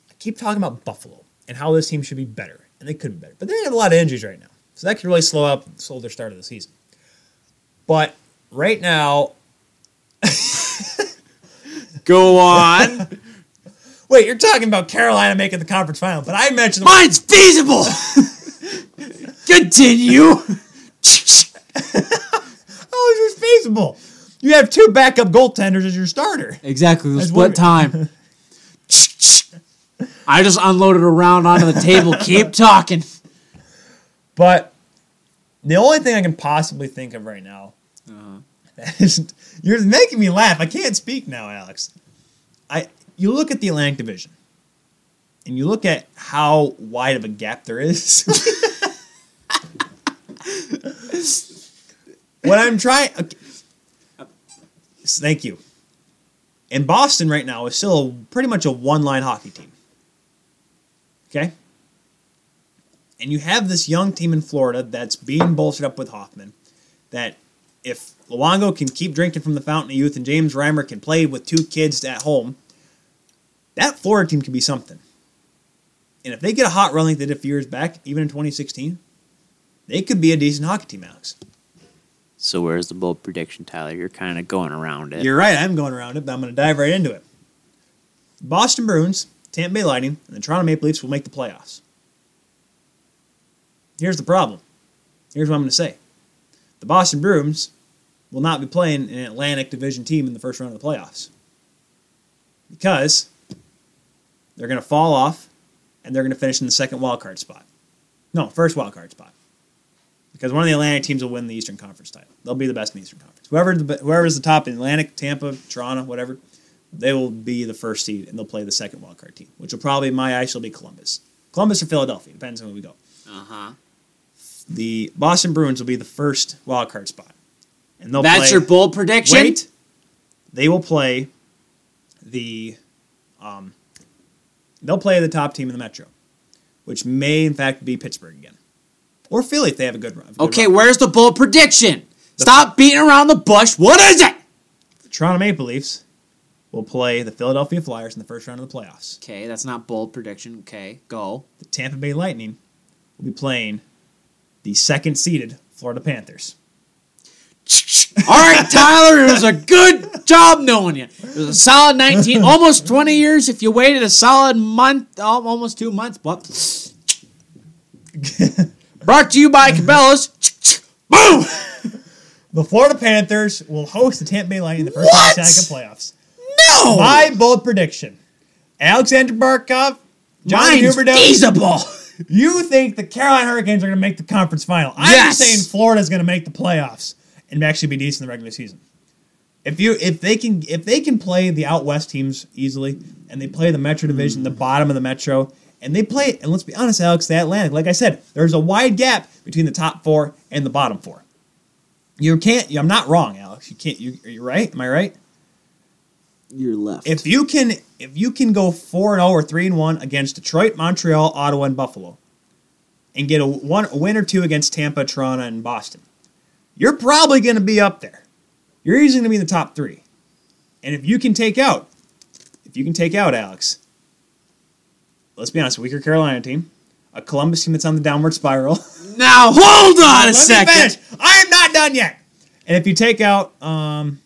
Speaker 2: I keep talking about Buffalo and how this team should be better, and they could be better, but they have a lot of injuries right now, so that could really slow up slow their start of the season. But right now,
Speaker 1: Go on.
Speaker 2: wait, you're talking about Carolina making the conference final, but I mentioned them
Speaker 1: Mine's feasible. Continue.
Speaker 2: How is yours Oh, feasible? You have two backup goaltenders as your starter.
Speaker 1: exactly. The
Speaker 2: That's
Speaker 1: split
Speaker 2: what-
Speaker 1: time. I just unloaded a round onto the table. Keep talking.
Speaker 2: But the only thing I can possibly think of right now that is you're making me laugh. I can't speak now, Alex. I you look at the Atlantic Division and you look at how wide of a gap there is. what I'm trying okay. S- thank you. And Boston right now is still pretty much a one-line hockey team. Okay? and you have this young team in Florida that's being bolstered up with Hoffman. That if Luongo can keep drinking from the fountain of youth and James Reimer can play with two kids at home, that Florida team can be something. And if they get a hot run like they did a few years back, even in 2016, they could be a decent hockey team, Alex.
Speaker 1: So where's the bold prediction, Tyler? You're kind of going around it.
Speaker 2: You're right. I'm going around it, but I'm going to dive right into it. Boston Bruins, Tampa Bay Lightning, and the Toronto Maple Leafs will make the playoffs. Here's the problem. Here's what I'm going to say the Boston Bruins will not be playing an Atlantic Division team in the first round of the playoffs because they're going to fall off and they're going to finish in the second wild card spot. No, first wild card spot. Because one of the Atlantic teams will win the Eastern Conference title. They'll be the best in the Eastern Conference. Whoever the, whoever's the top in Atlantic, Tampa, Toronto, whatever, they will be the first seed and they'll play the second wild card team, which will probably in my eyes will be Columbus. Columbus or Philadelphia, depends on where we go
Speaker 1: Uh huh.
Speaker 2: the Boston Bruins will be the first wild card spot, and they'll
Speaker 1: That's
Speaker 2: play,
Speaker 1: your bold prediction.
Speaker 2: wait. They will play the um, they'll play the top team in the Metro, which may in fact be Pittsburgh again, or Philly if they have a good run. if a good
Speaker 1: Okay,
Speaker 2: run.
Speaker 1: where's the bold prediction? Stop beating around the bush. What is it?
Speaker 2: the Toronto Maple Leafs will play the Philadelphia Flyers in the first round of the playoffs.
Speaker 1: Okay, that's not bold prediction. Okay, go.
Speaker 2: The Tampa Bay Lightning will be playing the second seeded Florida Panthers.
Speaker 1: All right, Tyler, it was a good job knowing you. It was a solid 19, almost 20 years if you waited a solid month, al- almost two months. But Brought to you by Cabela's. Boom!
Speaker 2: The Florida Panthers will host the Tampa Bay Lightning in the first
Speaker 1: What?
Speaker 2: round of the Atlantic playoffs.
Speaker 1: No!
Speaker 2: My bold prediction: Alexander Barkov, Johnny
Speaker 1: Mine's
Speaker 2: Huberdeau.
Speaker 1: feasible.
Speaker 2: You think the Carolina Hurricanes are going to make the conference final? I'm
Speaker 1: Yes.
Speaker 2: just saying Florida's going to make the playoffs and actually be decent in the regular season. If you if they can if they can play the out west teams easily and they play the Metro Division, the bottom of the Metro, and they play and let's be honest, Alex, the Atlantic. Like I said, there's a wide gap between the top four and the bottom four. You can't. I'm not wrong, Alex. You can't. You, are you right? Am I right?
Speaker 4: You're left.
Speaker 2: if you can if you can go 4 and 0 or 3 and 1 against Detroit, Montreal, Ottawa and Buffalo and get a one a win or two against Tampa, Toronto and Boston. You're probably going to be up there. You're easily going to be in the top 3. And if you can take out if you can take out Alex, let's be honest, a weaker Carolina team, a Columbus team that's on the downward spiral.
Speaker 1: Now, hold on a
Speaker 2: Let
Speaker 1: second.
Speaker 2: me finish. I am not done yet. And if you take out um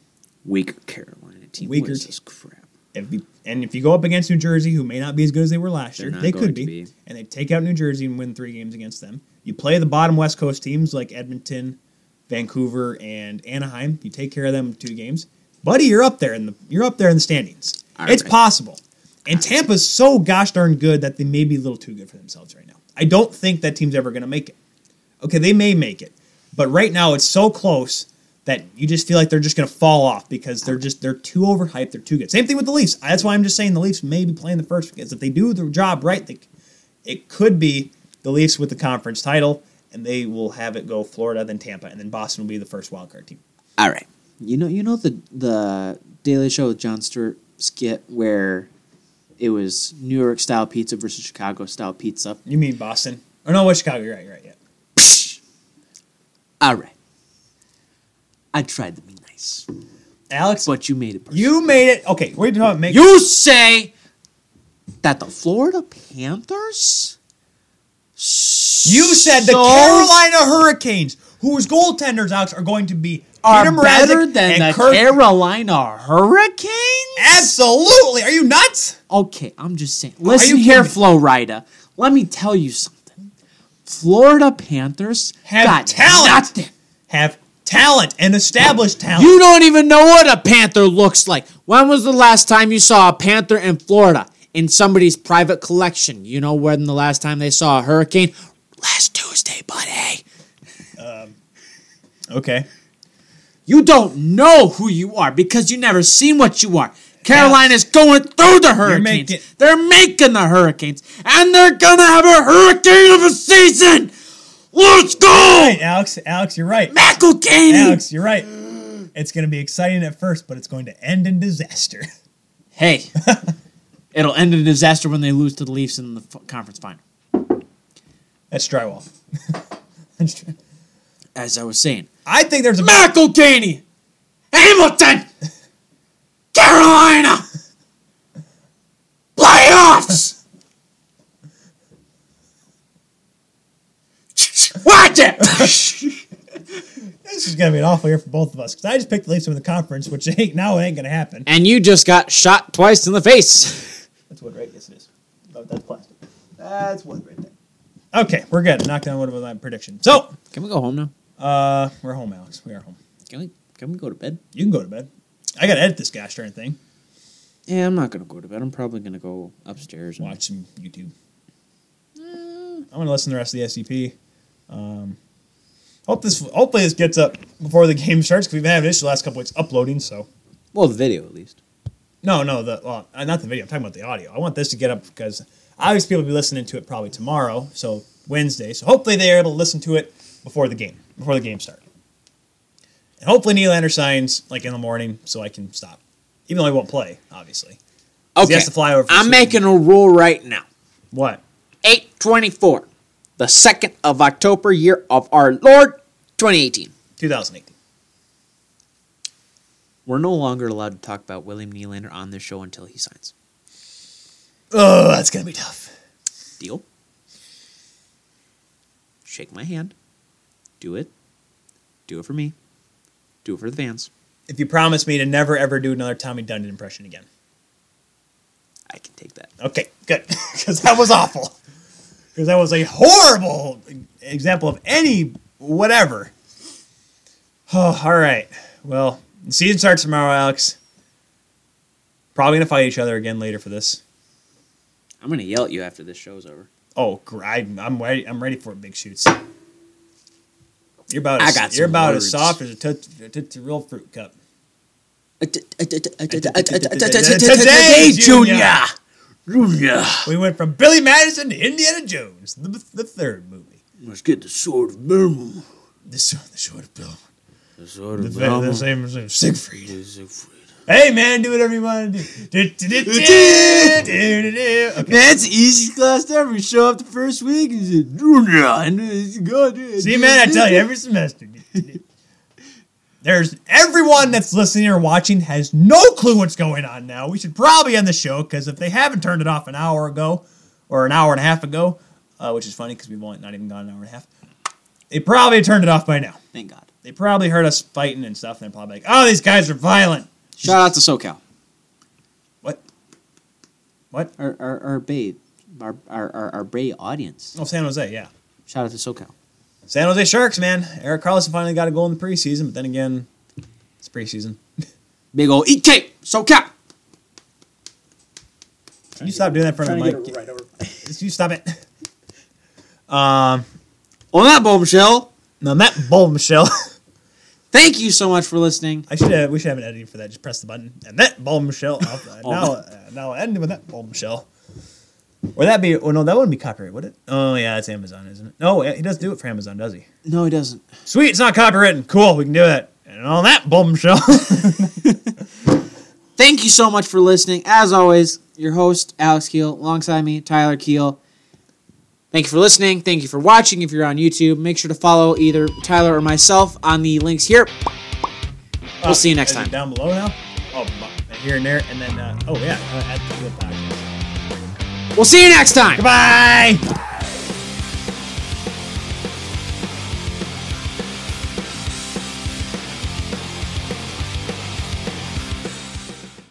Speaker 1: Weaker Carolina team. Weaker.
Speaker 2: Weaker-
Speaker 1: this crap?
Speaker 2: if you, and if you go up against New Jersey, who may not be as good as they were last
Speaker 1: They're
Speaker 2: year,
Speaker 1: not
Speaker 2: they
Speaker 1: going
Speaker 2: could
Speaker 1: to
Speaker 2: be,
Speaker 1: be.
Speaker 2: and they take out New Jersey and win three games against them. You play the bottom West Coast teams like Edmonton, Vancouver, and Anaheim. You take care of them in two games, buddy. You're up there in the you're up there in the standings.
Speaker 1: All
Speaker 2: it's
Speaker 1: right.
Speaker 2: possible. And Tampa's so gosh darn good that they may be a little too good for themselves right now. I don't think that team's ever going to make it. Okay, they may make it, but right now it's so close that you just feel like they're just going to fall off because they're just they're too overhyped. They're too good. Same thing with the Leafs. That's why I'm just saying the Leafs may be playing the first because if they do their job right, they, it could be the Leafs with the conference title, and they will have it go Florida, then Tampa, and then Boston will be the first wild card team.
Speaker 1: All right. You know, you know the the Daily Show with John Stewart skit where it was New York style pizza versus Chicago style pizza.
Speaker 2: You mean Boston? Or no, what Chicago? You're right. You're right. Yeah.
Speaker 1: All right. I tried to be nice,
Speaker 2: Alex,
Speaker 1: but you made it. Personal.
Speaker 2: you made it. Okay, what are you talking about? Make
Speaker 1: you say that the Florida Panthers.
Speaker 2: You said the
Speaker 1: so-
Speaker 2: Carolina Hurricanes, whose goaltenders, Alex, are going to be
Speaker 1: are
Speaker 2: Peter Mrazek
Speaker 1: better than the
Speaker 2: and Kirk.
Speaker 1: Carolina Hurricanes.
Speaker 2: Absolutely. Are you nuts?
Speaker 1: Okay, I'm just saying. Listen
Speaker 2: you
Speaker 1: here,
Speaker 2: kidding me?
Speaker 1: Flo Rida. Let me tell you something. Florida Panthers
Speaker 2: Have
Speaker 1: got
Speaker 2: talent.
Speaker 1: nothing.
Speaker 2: Have talent and established talent.
Speaker 1: You don't even know what a panther looks like. When was the last time you saw a panther in Florida in somebody's private collection? You know when the last time they saw a hurricane? Last Tuesday, buddy.
Speaker 2: okay.
Speaker 1: You don't know who you are because you never seen what you are. Carolina's going through the hurricanes.
Speaker 2: making-
Speaker 1: they're making the hurricanes, and they're gonna have a hurricane of a season. Let's go,
Speaker 2: Alex, Alex, you're right.
Speaker 1: McElcaney.
Speaker 2: Alex, you're right. It's going to be exciting at first, but it's going to end in disaster.
Speaker 1: Hey, it'll end in disaster when they lose to the Leafs in the f- conference final.
Speaker 2: That's drywall. That's dry-
Speaker 1: As I was saying,
Speaker 2: I think there's a
Speaker 1: McElcaney, Hamilton, Carolina, playoffs. Watch it.
Speaker 2: this is going to be an awful year for both of us because I just picked the Leafs to win the conference, which ain't now it ain't going to happen.
Speaker 1: and you just got shot twice in the face.
Speaker 2: That's wood, right? Yes, it is. Oh, that's plastic. That's wood right there. Okay, we're good. Knocked down one of my predictions. So,
Speaker 1: Can we go home now?
Speaker 2: uh, we're home, Alex. We are home.
Speaker 1: Can we? Can we go to bed?
Speaker 2: You can go to bed. I gotta edit this gosh darn thing.
Speaker 1: Yeah, I'm not gonna go to bed. I'm probably gonna go upstairs and
Speaker 2: Watch some YouTube. I'm gonna listen to the rest of the SCP. Um, hope this. Hopefully, this gets up before the game starts because we've been having issues the last couple weeks uploading. So,
Speaker 1: well, the video at least.
Speaker 2: no, no, the well, uh, not the video. I'm talking about the audio. I want this to get up because obviously people will be listening to it probably tomorrow, so Wednesday. So hopefully they are able to listen to it before the game, before the game starts. And hopefully Nylander signs like in the morning so I can stop, even though he won't play, obviously.
Speaker 1: Okay,
Speaker 2: has to fly over for
Speaker 1: I'm
Speaker 2: Super
Speaker 1: making a rule right now.
Speaker 2: What?
Speaker 1: 824, the second of October, year of our Lord, 2018.
Speaker 2: 2018.
Speaker 1: We're no longer allowed to talk about William Nylander on this show until he signs.
Speaker 2: Oh, that's gonna be tough.
Speaker 1: Deal? Shake my hand. Do it. Do it for me. Do it for the fans.
Speaker 2: If you promise me to never ever do another Tommy Dundon impression again.
Speaker 1: I can take that.
Speaker 2: Okay, good. Because that was awful. Because that was a horrible example of any whatever. Oh, all right. Well, the season starts tomorrow, Alex. Probably going to fight each other again later for this.
Speaker 1: I'm going to yell at you after this show's over.
Speaker 2: Oh, gr- I'm, I'm, ready, I'm ready for big shoots. You're about
Speaker 1: I
Speaker 2: as,
Speaker 1: got
Speaker 2: you're
Speaker 1: some
Speaker 2: about
Speaker 1: words.
Speaker 2: as soft as a toot- a Tootsie Roll fruit cup.
Speaker 1: Today, Junior! Junior!
Speaker 2: We went from Billy Madison to Indiana Jones, the, the third movie.
Speaker 4: Let's get the sword of Belmont.
Speaker 2: This the short of Bill.
Speaker 4: The sword of
Speaker 2: The, the same as Siegfried. Hey man, do whatever you want to do. do. do, do, do, do, do, do. Okay.
Speaker 4: That's the easiest class to ever. You show up the first week and you say, Junior, I know this is good.
Speaker 2: See, man, I tell you, every semester. There's everyone that's listening or watching has no clue what's going on now. We should probably end the show because if they haven't turned it off an hour ago or an hour and a half ago, uh, which is funny because we've only not even gone an hour and a half, they probably turned it off by now.
Speaker 1: Thank God.
Speaker 2: They probably heard us fighting and stuff, and they're probably like, "Oh, these guys are violent."
Speaker 1: Shout out to SoCal.
Speaker 2: What? What?
Speaker 1: Our, our, our Bay, our, our, our, our Bay audience.
Speaker 2: Oh, San Jose, yeah.
Speaker 1: Shout out to SoCal.
Speaker 2: San Jose Sharks, man. Eric Carlson finally got a goal in the preseason, but then again, it's preseason.
Speaker 1: Big ol' eat cake, SoCal.
Speaker 2: Can you stop doing that in front of the mic? Just You stop it. Um,
Speaker 1: On that bombshell,
Speaker 2: now that bombshell.
Speaker 1: thank you so much for listening.
Speaker 2: I should have, we should have an editing for that. Just press the button and that bombshell. I'll- uh,
Speaker 1: Oh.
Speaker 2: now, uh, now I'll end with that bombshell. Or that be? Oh no, that wouldn't be copyright, would it? Oh yeah, that's Amazon, isn't it? No, he doesn't do it for Amazon, does he?
Speaker 1: No, he doesn't.
Speaker 2: Sweet, it's not copywritten. Cool, we can do it. And on that bombshell.
Speaker 1: Thank you so much for listening. As always, your host, Alex Keel, alongside me, Tyler Keel. Thank you for listening. Thank you for watching. If you're on YouTube, make sure to follow either Tyler or myself on the links here. We'll see you next
Speaker 2: Is it
Speaker 1: time.
Speaker 2: Down below now. Oh, bu- here and there, and then uh, oh yeah, uh, at the field podcast.
Speaker 1: We'll see you next time.
Speaker 2: Goodbye.